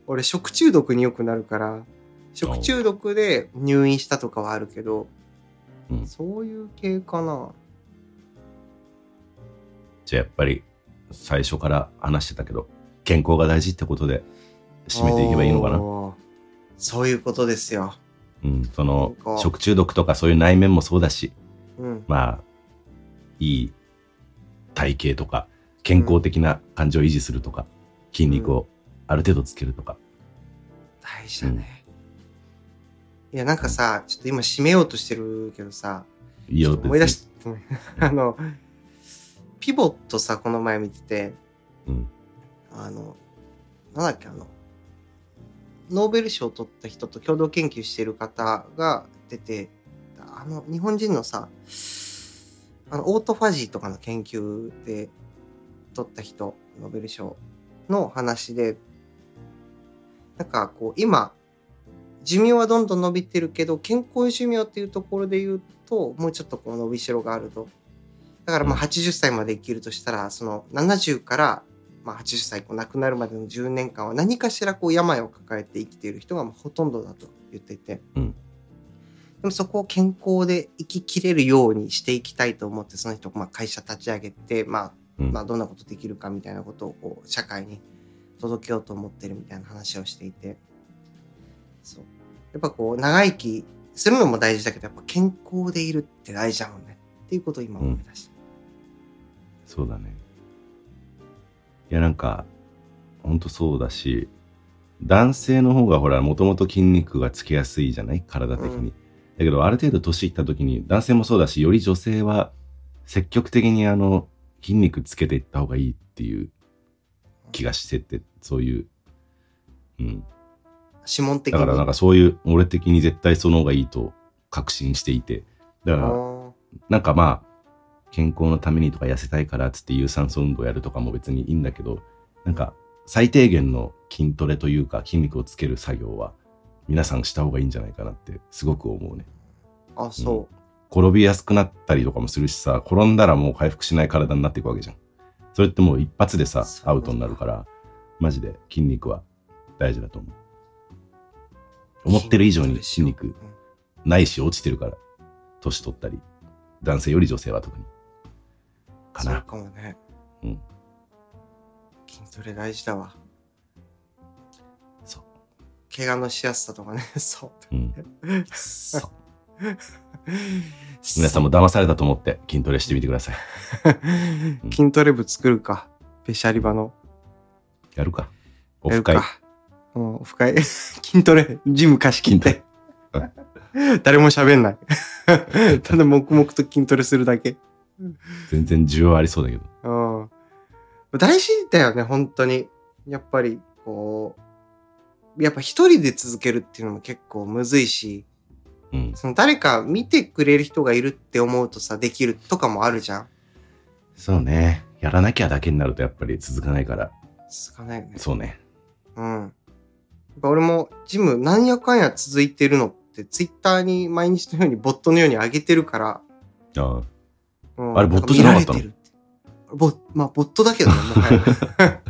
Speaker 2: 俺、食中毒によくなるから、食中毒で入院したとかはあるけど、
Speaker 3: うん
Speaker 2: そういう系かな。
Speaker 3: じゃあやっぱり、最初から話してたけど、健康が大事ってことで、締めていけばいいのかな。
Speaker 2: おーそういうことですよ。
Speaker 3: うん、その
Speaker 2: 健康
Speaker 3: 食中毒とかそういう内面もそうだし、
Speaker 2: うん。
Speaker 3: まあ、いい体型とか、健康的な感じを維持するとか、筋肉をある程度つけるとか。
Speaker 2: 大事だね。いや、なんかさ、ちょっと今締めようとしてるけどさ、
Speaker 3: いいよ、
Speaker 2: 思い出
Speaker 3: 別に
Speaker 2: して あの、ピボットさ、この前見てて、
Speaker 3: うん
Speaker 2: あの、なんだっけ、あの、ノーベル賞を取った人と共同研究してる方が出て、あの、日本人のさ、あの、オートファジーとかの研究で取った人、ノーベル賞の話で、なんかこう、今、寿命はどんどん伸びてるけど、健康寿命っていうところで言うと、もうちょっとこう伸びしろがあると。だからまあ
Speaker 3: うん
Speaker 2: 80歳まで生きるとしたら、その70からまあ、80歳こう亡くなるまでの10年間は何かしらこう病を抱えて生きている人がもうほとんどだと言っていて、
Speaker 3: うん
Speaker 2: でもそこを健康で生ききれるようにしていきたいと思ってその人、まあ、会社立ち上げて、まあ
Speaker 3: うん
Speaker 2: まあ、どんなことできるかみたいなことをこう社会に届けようと思ってるみたいな話をしていてそうやっぱこう長生きするのも大事だけどやっぱ健康でいるって大事だもんねっていうことを今思い出した。
Speaker 3: そうだね。いや、なんか、ほんとそうだし、男性の方がほら、もともと筋肉がつきやすいじゃない体的に。
Speaker 2: うん
Speaker 3: だけど、ある程度年いった時に、男性もそうだし、より女性は積極的にあの、筋肉つけていった方がいいっていう気がしてて、そういう、うん。
Speaker 2: 指紋的
Speaker 3: だ
Speaker 2: に
Speaker 3: からなんかそういう、俺的に絶対その方がいいと確信していて、だ
Speaker 2: あ
Speaker 3: から、
Speaker 2: ー
Speaker 3: なんかまあ、健康のためにとか痩せたいからっつって有酸素運動やるとかも別にいいんだけど、なんか最低限の筋トレというか筋肉をつける作業は皆さんした方がいいんじゃないかなってすごく思うね。
Speaker 2: あそう、
Speaker 3: 転びやすくなったりとかもするしさ、転んだらもう回復しない体になっていくわけじゃん。それってもう一発でさ
Speaker 2: そう、だ
Speaker 3: アウトになるから、マジで筋肉は大事だと思う。思ってる以上に筋
Speaker 2: うん
Speaker 3: 肉ないし落ちてるから、年取ったり、男性より女性は特に。か
Speaker 2: そう
Speaker 3: な。
Speaker 2: かもね。
Speaker 3: うん
Speaker 2: 筋トレ大事だわ。
Speaker 3: そう。
Speaker 2: 怪我のしやすさとかね。 そう。
Speaker 3: うん。そう皆さんも騙されたと思って筋トレしてみてください。ん
Speaker 2: 筋トレ部作るか。ペシャリバの。
Speaker 3: やるか。オ
Speaker 2: や
Speaker 3: フ
Speaker 2: る
Speaker 3: 会
Speaker 2: か。うん、オフ会。 筋トレ、ジム貸し切って。 誰も喋んない。ただ黙々と筋トレするだけ。
Speaker 3: 全然需要ありそうだけど。
Speaker 2: うん。大事だよね、本当に。やっぱり、こう、やっぱ一人で続けるっていうのも結構むずいし、
Speaker 3: うん。
Speaker 2: その誰か見てくれる人がいるって思うとさ、できるとかもあるじゃん。
Speaker 3: そうね。やらなきゃだけになるとやっぱり続かないから。
Speaker 2: 続かないよね。
Speaker 3: そうね。
Speaker 2: うん。やっぱ俺もジムなんやかんや続いてるのって、ツイッターに毎日のようにボットのように上げてるから、
Speaker 3: ああ
Speaker 2: うん
Speaker 3: あれボットじゃなかったの
Speaker 2: 見られてるってボまあ、ボットだけどね、もはや。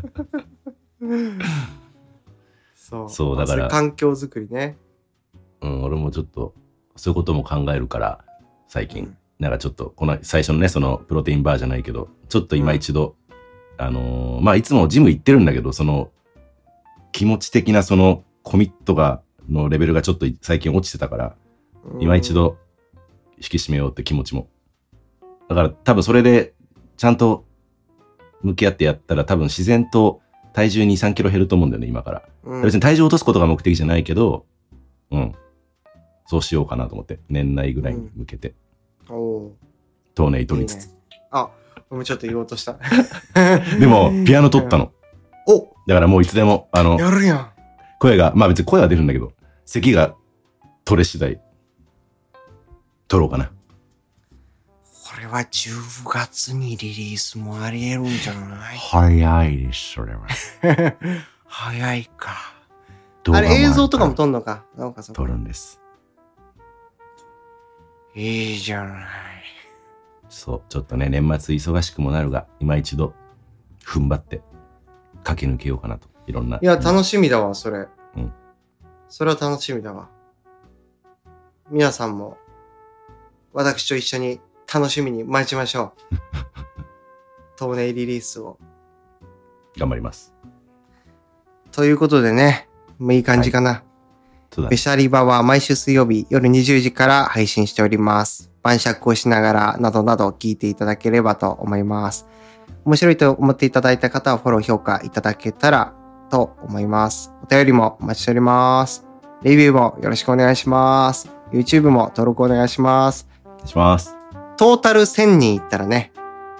Speaker 2: そう。
Speaker 3: そうだから
Speaker 2: まあそれ環境づくりね。
Speaker 3: うん、俺もちょっと、そういうことも考えるから、最近。
Speaker 2: うん
Speaker 3: なんかちょっと、この最初のね、そのプロテインバーじゃないけど、ちょっと今一度、あのーまあ、いつもジム行ってるんだけど、その、気持ち的なそのコミットが、のレベルがちょっと最近落ちてたから、
Speaker 2: うん
Speaker 3: 今一。度引き締めようって気持ちも。だから多分それでちゃんと向き合ってやったら多分自然と体重2、3キロ減ると思うんだよね、今から。
Speaker 2: うん
Speaker 3: 別に体重を落とすことが目的じゃないけど、うん。そうしようかなと思って、年内ぐらいに向けて、
Speaker 2: お
Speaker 3: トーネイ
Speaker 2: ー
Speaker 3: トにつつ。
Speaker 2: いいねあ、もうちょっと言おうとした。
Speaker 3: でも、ピアノ取ったの。
Speaker 2: お
Speaker 3: だからもういつでも、あの、
Speaker 2: やるやん。
Speaker 3: 声が、まあ別に声は出るんだけど、咳が取れ次第、取ろうかな。
Speaker 2: これれは10月にリリースもあり得るんじゃない
Speaker 3: 早いです、それは。
Speaker 2: 早いか。
Speaker 3: 動
Speaker 2: あ
Speaker 3: 画
Speaker 2: れ映像とかも
Speaker 3: 撮
Speaker 2: 撮んのか。なんかそ
Speaker 3: 撮るんです。
Speaker 2: いいじゃない。
Speaker 3: そう、ちょっとね、年末忙しくもなるが、今一度、踏ん張って、駆け抜けようかなと。いろんな。
Speaker 2: いや、楽しみだわ、それ。
Speaker 3: うん
Speaker 2: それは楽しみだわ。皆さんも、私と一緒に楽しみに待ちましょう。 透明リリースを。
Speaker 3: 頑張ります。
Speaker 2: ということでね、もういい感じかな。
Speaker 3: そうだ
Speaker 2: ベ
Speaker 3: ね。
Speaker 2: シャリバは毎週水曜日夜20時から配信しております。晩酌をしながらなどなど聞いていただければと思います。面白いと思っていただいた方はフォロー評価いただけたらと思います。お便りもお待ちしております。レビューもよろしくお願いします。YouTube も登録お願いします。
Speaker 3: お願いします。
Speaker 2: トータル1000人いったらね、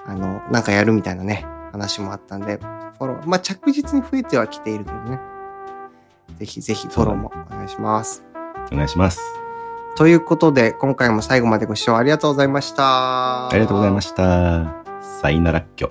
Speaker 2: あの、なんかやるみたいなね、話もあったんで、フォロー、まあ、着実に増えてはきているけどね。ぜひぜひフォローもお願いします。
Speaker 3: お願いします。
Speaker 2: ということで、今回も最後までご視聴ありがとうございました。
Speaker 3: ありがとうございました。さいならっきょ。